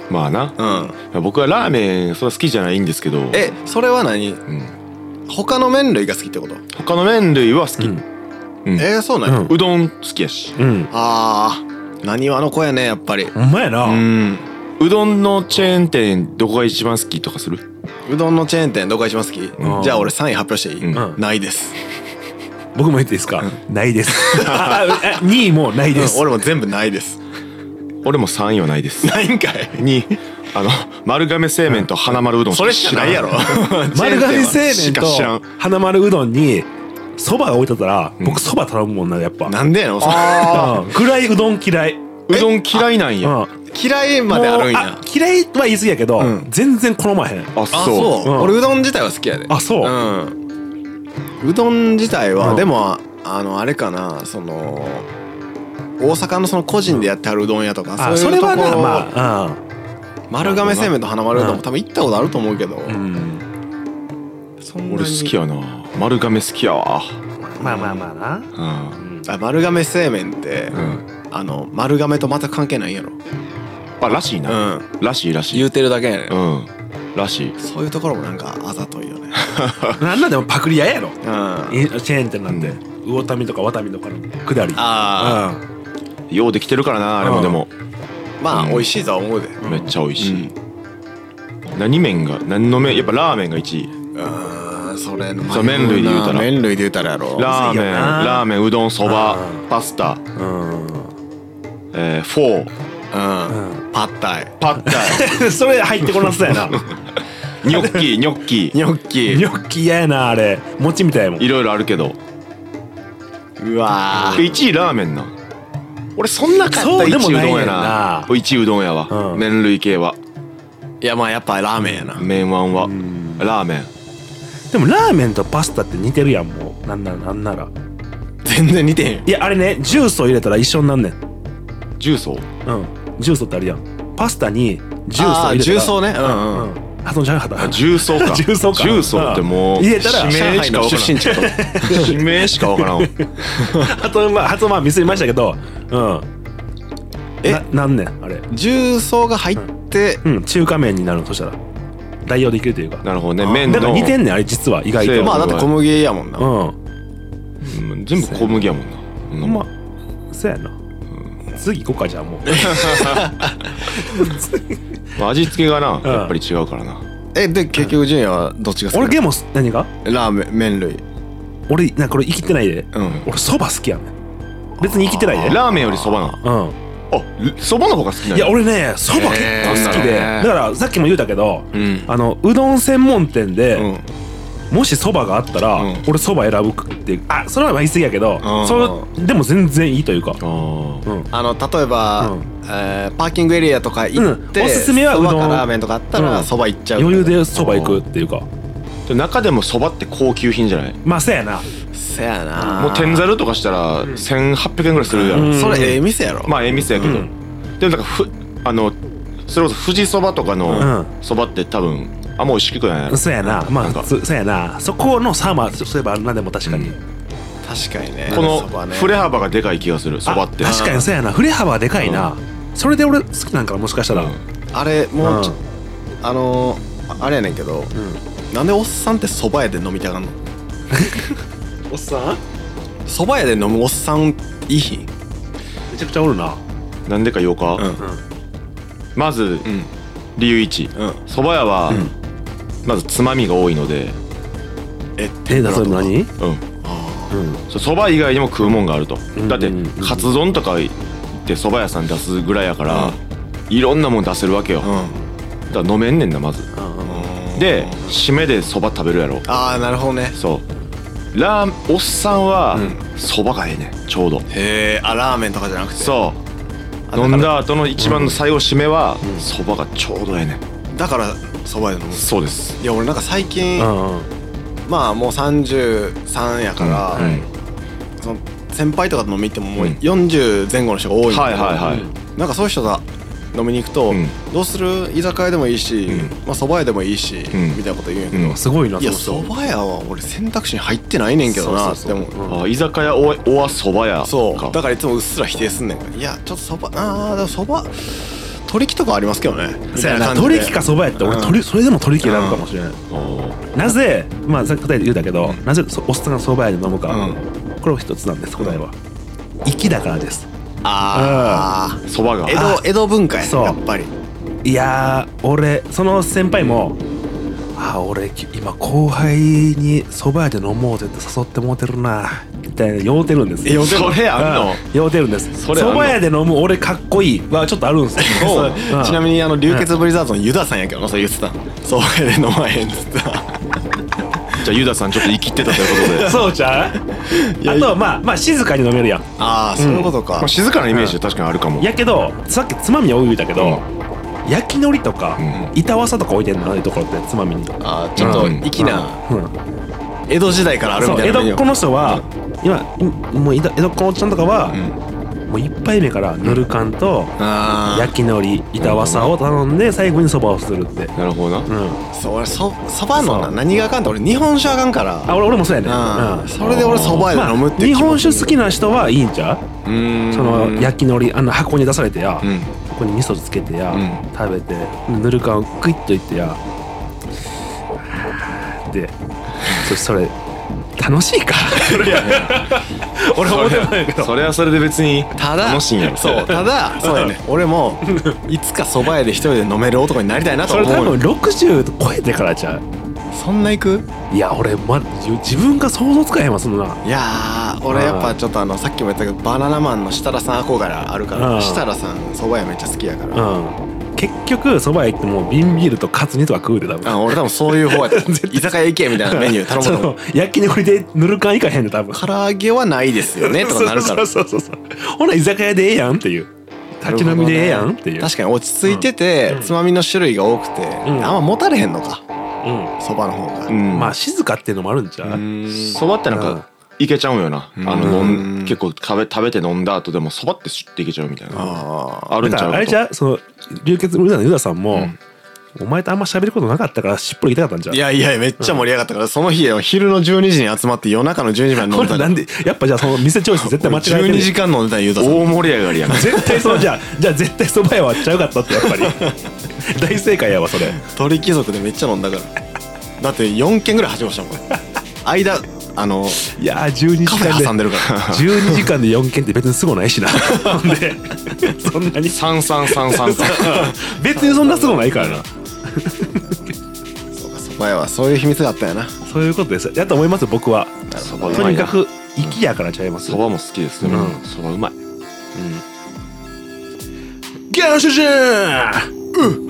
Speaker 1: まあな、
Speaker 3: うんうん
Speaker 1: 僕はラーメンそんな好きじゃないんですけど
Speaker 3: えそれは何
Speaker 1: うん、
Speaker 3: 他の麺類が好きってこと
Speaker 1: 他の麺類は好き、う
Speaker 2: うん
Speaker 1: うん
Speaker 3: えー、そうなんや、
Speaker 2: うん
Speaker 1: どん好きやし
Speaker 2: うん
Speaker 3: ああなにわの子やねやっぱり
Speaker 2: ほんまやな、
Speaker 3: うん
Speaker 1: うどんのチェーン店どこが一番好きとかする
Speaker 3: うどんのチェーン店どこが一番好き、
Speaker 2: うん
Speaker 3: じゃあ俺3位発表していい、
Speaker 1: うん
Speaker 3: ないです、
Speaker 2: 僕も言っていいですか、ないです2位もないです、
Speaker 3: うん 俺も全部ないです
Speaker 1: 俺も3位はな いです
Speaker 3: ないんかい
Speaker 1: にあの丸亀製麺と花丸うどん
Speaker 3: それしかないやろ
Speaker 2: 丸亀製
Speaker 1: し
Speaker 2: 麺
Speaker 1: か知ら
Speaker 2: と
Speaker 1: ん
Speaker 2: 花丸うどんにそばが置いてたら
Speaker 1: うん
Speaker 2: 僕そば頼むもんなやっぱ
Speaker 3: なんでやの
Speaker 2: うん暗いうどん嫌い、うん、
Speaker 1: うどん嫌いなんや
Speaker 2: もう
Speaker 3: 嫌いまであるんや
Speaker 2: あ嫌いは言い過ぎやけど、
Speaker 3: うん
Speaker 2: 全然好まへん
Speaker 1: あ
Speaker 3: あそう
Speaker 2: うん
Speaker 3: 俺うどん自体は好きやで
Speaker 2: あそうう、
Speaker 3: んうどん自体は、
Speaker 2: うん
Speaker 3: でもあのあれかなその大阪のその個人でやってはるうどん屋とか、
Speaker 2: あ
Speaker 3: そ
Speaker 2: そう
Speaker 3: い
Speaker 2: れ
Speaker 3: うとこ
Speaker 2: はな
Speaker 3: ろ、
Speaker 2: まあ
Speaker 3: 丸亀製麺と花丸うどん
Speaker 2: う
Speaker 3: も
Speaker 2: ん
Speaker 3: 多分行ったことあると思うけど、
Speaker 2: うん、うん、
Speaker 3: そんなに
Speaker 1: 俺好きやな丸亀好きやわ
Speaker 2: まあまあまあな、
Speaker 1: うん
Speaker 2: うん
Speaker 3: あ丸亀製麺って、
Speaker 1: うん
Speaker 3: あの丸亀と全く関係ないんやろ
Speaker 1: あらしいうな、
Speaker 3: ん
Speaker 1: らしいらしい
Speaker 3: 言うてるだけやね、
Speaker 1: うんらしい
Speaker 3: そういうところもなんかあざといよね
Speaker 2: なんなんでもパクリ屋やろ
Speaker 3: うんあ
Speaker 2: いチェーン店なんて、魚民とか渡民とかの下り
Speaker 3: あ
Speaker 2: うん
Speaker 1: ようできてるからなあれ
Speaker 2: う
Speaker 1: も
Speaker 2: ん
Speaker 1: でも
Speaker 3: ーまあ
Speaker 1: うん
Speaker 3: 美味しいとは思うで
Speaker 2: うん
Speaker 1: めっちゃ美味しい、何麺が何の麺やっぱラーメンが
Speaker 3: う
Speaker 1: 1位
Speaker 3: んそれの
Speaker 1: そう麺類で言うたら
Speaker 3: 麺類で言うたらやろ
Speaker 1: ラーメン
Speaker 2: むずいよな
Speaker 1: ラーメンうどんそば
Speaker 2: うん
Speaker 1: パスタ、
Speaker 2: うん
Speaker 1: えー、フォー
Speaker 3: うん
Speaker 2: う
Speaker 3: パッタイ
Speaker 1: パッ タイ
Speaker 2: ん それ入ってこなさ そうやな
Speaker 1: ニョッキニョッキ
Speaker 3: ニョッキ
Speaker 2: ニョッキ嫌やなあれ餅みたいやもん
Speaker 1: いろいろあるけど
Speaker 3: うわー
Speaker 1: 1位ラーメンな俺そんなかった
Speaker 2: そうでも
Speaker 1: 1
Speaker 2: ない
Speaker 1: 位うどん
Speaker 2: ね
Speaker 1: や
Speaker 2: ん
Speaker 1: な
Speaker 2: な
Speaker 1: 1位うどんやわ、
Speaker 2: うん
Speaker 1: 麺類系はい
Speaker 3: やまあやっぱラーメンやな
Speaker 1: 麺ワンはラーメン
Speaker 2: でもラーメンとパスタって似てるやんもうなんならなんなら
Speaker 3: 全然似てへんよ
Speaker 2: いやあれねジュースを入れたら一緒になんねん
Speaker 1: 重曹
Speaker 2: うんジュースってあるやんパスタにジュース
Speaker 3: あ
Speaker 2: を入れたら
Speaker 3: ー重曹ねう
Speaker 2: うん
Speaker 3: うん
Speaker 2: んあそんじゃなかった
Speaker 1: あ重曹か
Speaker 2: 重曹か
Speaker 1: 重曹ってもう
Speaker 2: うん入れたら
Speaker 1: 地名しかわ
Speaker 3: 上海
Speaker 1: か
Speaker 3: の出身地やと思
Speaker 1: らん地名しかわからんわ
Speaker 2: あとまああとまあミスりましたけどうん
Speaker 3: え
Speaker 2: ななんねんあれ
Speaker 3: う重曹が入って
Speaker 2: うん中華麺になるのそしたら代用できるというか
Speaker 1: なるほどね
Speaker 3: あ
Speaker 1: 麺
Speaker 2: だから
Speaker 1: の
Speaker 2: 似てんねんあれ実は意外
Speaker 1: せー
Speaker 2: と
Speaker 1: の
Speaker 3: まあだって小麦やもんな
Speaker 2: う
Speaker 1: うん全部小麦やもんなそんなんもん
Speaker 2: まあそうやな次行こうかじゃあもう
Speaker 1: まあ味付けがな
Speaker 2: うん
Speaker 1: やっぱり違うからな
Speaker 3: えで結局順位はどっちが好
Speaker 2: 俺
Speaker 3: きな
Speaker 2: ゲームす何が
Speaker 3: のラーメン麺類
Speaker 2: 俺なんかこれ生きてないで
Speaker 3: うん
Speaker 2: 俺そば好きやねん別に生きてないで
Speaker 1: ラーメンよりそばなの
Speaker 2: うん
Speaker 1: あそばの方が好きなんや
Speaker 2: いや俺ねそば結構好きで
Speaker 3: へー
Speaker 2: だからさっきも言うたけど
Speaker 3: うん
Speaker 2: あのうどん専門店
Speaker 3: う
Speaker 2: で
Speaker 3: ん
Speaker 2: もしそばがあったら
Speaker 1: うん
Speaker 2: 俺そば選ぶっていうあそれは言い過ぎやけど
Speaker 3: うん
Speaker 2: それでも全然いいというか
Speaker 1: あー
Speaker 2: うん
Speaker 3: あの例えば、
Speaker 2: うん
Speaker 3: えーパーキングエリアとか行って、
Speaker 2: うんおすすめはうどん
Speaker 3: そばかラーメンとかあった
Speaker 2: う
Speaker 3: ら
Speaker 2: ん
Speaker 3: そば行っちゃう
Speaker 2: 余裕でそば行くっていうか
Speaker 1: で中でもそばって高級品じゃない
Speaker 2: まあそうやな
Speaker 3: せやな
Speaker 1: もう天ざるとかしたら1800円ぐらいするや
Speaker 2: うんん
Speaker 3: それええ店やろ、
Speaker 1: まあええ店やけど
Speaker 2: う
Speaker 1: でもなんかふあのそれこそ富士そばとかの
Speaker 2: う
Speaker 1: そばって多分あんま美味しくないやろ
Speaker 2: そうやな
Speaker 1: な
Speaker 2: ま
Speaker 1: ん
Speaker 2: あ
Speaker 1: か
Speaker 2: そそうやなそこの差もそういえばあるなでも確かに
Speaker 3: 確かにね
Speaker 1: こ
Speaker 3: そ
Speaker 1: の
Speaker 3: ばね
Speaker 1: 振れ幅がでかい気がするそばって
Speaker 2: あ確かにそうやな振れ幅はでかいなそれで俺好きなんかなもしかしたら
Speaker 1: うん
Speaker 3: あれもうちょ
Speaker 2: うん
Speaker 3: あのーああれやねんけど、なんでおっさんってそば屋で飲みたがんの
Speaker 2: おっさん
Speaker 3: そば屋で飲むおっさんいいひん
Speaker 2: めちゃくちゃおるな
Speaker 1: なんでか言おうか
Speaker 3: うん
Speaker 1: まず
Speaker 3: うん
Speaker 1: 理由1
Speaker 3: うん
Speaker 1: そば屋はまずつまみが多いので
Speaker 3: え
Speaker 2: えだそれ何うん
Speaker 1: うんそそば以外にも食うもんがあると、
Speaker 2: うん
Speaker 1: だってカツ丼とか行ってそば屋さん出すぐらいやから、いろんなもん出せるわけよ、
Speaker 3: うん
Speaker 1: だから飲めんねんなまず
Speaker 3: うん
Speaker 1: で締めでそば食べるやろ
Speaker 3: ああなるほどね
Speaker 1: そうラーおっさんはそばがええねんちょうど
Speaker 3: へえあラーメンとかじゃなくて
Speaker 1: そう
Speaker 3: あ
Speaker 1: 飲ん
Speaker 3: だか
Speaker 1: だ後の一番の最後締めはそばがちょうどええねん
Speaker 3: らだからそば屋で飲む
Speaker 1: そうです
Speaker 3: いや俺なんか最近、
Speaker 2: うんうん
Speaker 3: まあもう33やから、
Speaker 1: うんはい
Speaker 3: その先輩とかと飲み行ってももううん40前後の人が多いんだけど
Speaker 1: はいはいはい
Speaker 3: なんかそういう人が飲みに行くと、
Speaker 1: うん
Speaker 3: どうする居酒屋でもいいし、
Speaker 1: うん
Speaker 3: まあそば屋でもいいし、
Speaker 1: ん
Speaker 3: みたいなこと言うんやけど、
Speaker 1: うん
Speaker 2: すごいな、
Speaker 3: いや
Speaker 2: そ
Speaker 3: そ
Speaker 2: の人
Speaker 3: ば屋は俺選択肢に入ってないねんけどな
Speaker 2: そ
Speaker 3: っ
Speaker 2: う
Speaker 3: て
Speaker 2: そうそう
Speaker 3: 思う
Speaker 1: あ居酒屋おわおわそば屋か
Speaker 3: そうだからいつもうっすら否定すんねんいやちょっとそばあーでもそば取り木とかありますけどねみ
Speaker 2: そう
Speaker 3: た
Speaker 2: や
Speaker 3: いな
Speaker 2: な
Speaker 3: 感じで
Speaker 2: 取引かそばやって俺
Speaker 3: うん
Speaker 2: 取りそれでも取引選ぶかもしれない、
Speaker 1: あー
Speaker 2: なぜまあさっき答えで言うたけど、なぜそおっさんがそば屋で飲むか、
Speaker 3: うん
Speaker 2: これも一つなんです答えは粋だからです
Speaker 3: あ
Speaker 1: そばが
Speaker 3: あ江戸江戸文化やね
Speaker 2: そう
Speaker 3: やっぱり
Speaker 2: いやー俺その先輩も、あー俺き今後輩にそば屋で飲もうぜって誘ってもうてるなみたいな酔うてるんですよ
Speaker 1: えそれあんの
Speaker 2: うん酔うてるんですそ
Speaker 1: それあんの
Speaker 2: ば屋で飲む俺かっこいいはちょっとあるんですよ
Speaker 3: そう
Speaker 2: うん
Speaker 3: ちなみにあの流血ブリザードのユダさんやけどなそれ言ってたのそうやで飲まへんっつってた
Speaker 1: じゃあユダさんちょっと生きてたとい うこと で
Speaker 2: そうちゃう
Speaker 3: や
Speaker 2: あとはまあまあ静かに飲めるやん
Speaker 3: ああそういうことか、
Speaker 1: まあ静かなイメージは確かにあるかも
Speaker 2: やけどさっきつまみに置いたけど、焼き海苔とか、板わさとか置いてるのああいうところってつまみに、う
Speaker 3: あーちょっと粋な
Speaker 2: ん、
Speaker 3: 江戸時代からある
Speaker 2: そ
Speaker 3: み
Speaker 2: う
Speaker 3: た
Speaker 2: 江
Speaker 3: いなメニュ
Speaker 2: 戸
Speaker 3: ー
Speaker 2: っ子の人は、今いもう江戸江戸っ子のおっちゃんとかは、もう一杯目からぬるかんと、
Speaker 3: あ
Speaker 2: 焼き海苔板わさを頼んで最後にそばをするって、
Speaker 1: なるほどな
Speaker 2: うん、
Speaker 3: あそう俺そそばの
Speaker 2: そ
Speaker 3: な
Speaker 2: う
Speaker 3: 何があかんって俺日本酒あかんから
Speaker 2: あ俺俺もそうやね、
Speaker 3: うん
Speaker 2: うん
Speaker 3: それで俺そば屋
Speaker 2: ま
Speaker 3: で
Speaker 2: あ
Speaker 3: 飲むっていう
Speaker 2: 日本酒好きな人はいいんちゃ
Speaker 3: うー
Speaker 2: うんその焼き海苔あの箱に出されてや、
Speaker 1: うん
Speaker 2: ここに味噌つけてや、
Speaker 1: うん
Speaker 2: 食べてぬるかんクイッといってやあーでそそれ楽しいか 俺は思ってないけど
Speaker 1: それはそれで別に
Speaker 3: ただ
Speaker 1: 楽しいんやろ
Speaker 3: そうただそうやね俺 もいつかそば屋で一人で飲める男になりたいなと
Speaker 2: それ
Speaker 3: 思
Speaker 2: 多
Speaker 3: う
Speaker 2: 分
Speaker 3: よ
Speaker 2: 60超えてからちゃう
Speaker 3: そんな行く
Speaker 2: いや俺、ま、じ自分が想像つかへんわそんない
Speaker 3: やー俺やっぱちょっとあのさっきも言ったけどバナナマンの設楽さん憧れあるか
Speaker 2: う
Speaker 3: ら
Speaker 2: ん
Speaker 3: 設楽さんそば屋めっちゃ好きやから
Speaker 2: うん結局そば屋行っても瓶ビールとカツ煮とか食うで多分
Speaker 3: あ俺多分そういう方やった 居酒屋行けみたいなメニュー頼む
Speaker 2: そ
Speaker 3: と思う
Speaker 2: の焼き肉でぬるかんいかへんで多分
Speaker 3: 唐揚げはないですよねとかなるから
Speaker 2: そうそうそうそうほな居酒屋でええやんっていう立ち飲みでええやんっていう
Speaker 3: 確かに落ち着いてて、
Speaker 2: うん
Speaker 3: つまみの種類が多くて、
Speaker 2: ん
Speaker 3: あんま持たれへんのか
Speaker 2: うん
Speaker 3: そばの方が、
Speaker 1: うん
Speaker 2: まあ静かっていうのもあるんちゃう、
Speaker 1: そばってなんかいけちゃうんよなあの飲ん結構食べ食べて飲んだ後でもそばってシュッていけちゃうみたいな
Speaker 3: あ
Speaker 1: あるん
Speaker 2: だ
Speaker 1: ち
Speaker 2: か
Speaker 1: ゃう
Speaker 2: ら
Speaker 1: か
Speaker 2: あれじゃうその流血無駄のユダさんも、お前とあんま喋ることなかったからしっぽり行きたかったんじゃ
Speaker 3: ー
Speaker 2: う
Speaker 3: いやいやめっちゃ盛り上がったから、その日昼の12時に集まって夜中の12時まで飲
Speaker 2: こ
Speaker 3: んで た
Speaker 2: れなんでやっぱじゃあその店チョイス絶対間違 えてる
Speaker 3: 12時間飲んでた言うた
Speaker 1: 大盛り上がり やな
Speaker 2: 絶対そのじゃあじゃあ絶対そば屋はちゃうかったってやっぱり 大正解やわそれ
Speaker 3: 鳥貴族でめっちゃ飲んだからだって4軒ぐらい始ましたもん 間あの
Speaker 2: いやー12時
Speaker 3: カフ
Speaker 2: 間
Speaker 3: ェ
Speaker 2: で
Speaker 3: 挟んでるから
Speaker 2: 12時間で4件って別にすごないしなほんでそんなに
Speaker 1: 三三三三三
Speaker 2: 別にそんなすごないからな
Speaker 3: そうかそば屋はそういう秘密があったんやな
Speaker 2: そういうことですやと思います僕は
Speaker 1: そばう
Speaker 2: と
Speaker 1: まい
Speaker 2: に
Speaker 1: な
Speaker 2: かく粋やからちゃいます
Speaker 1: そばも好きですね
Speaker 2: うん
Speaker 1: そばうまい
Speaker 2: ギャンシュシューン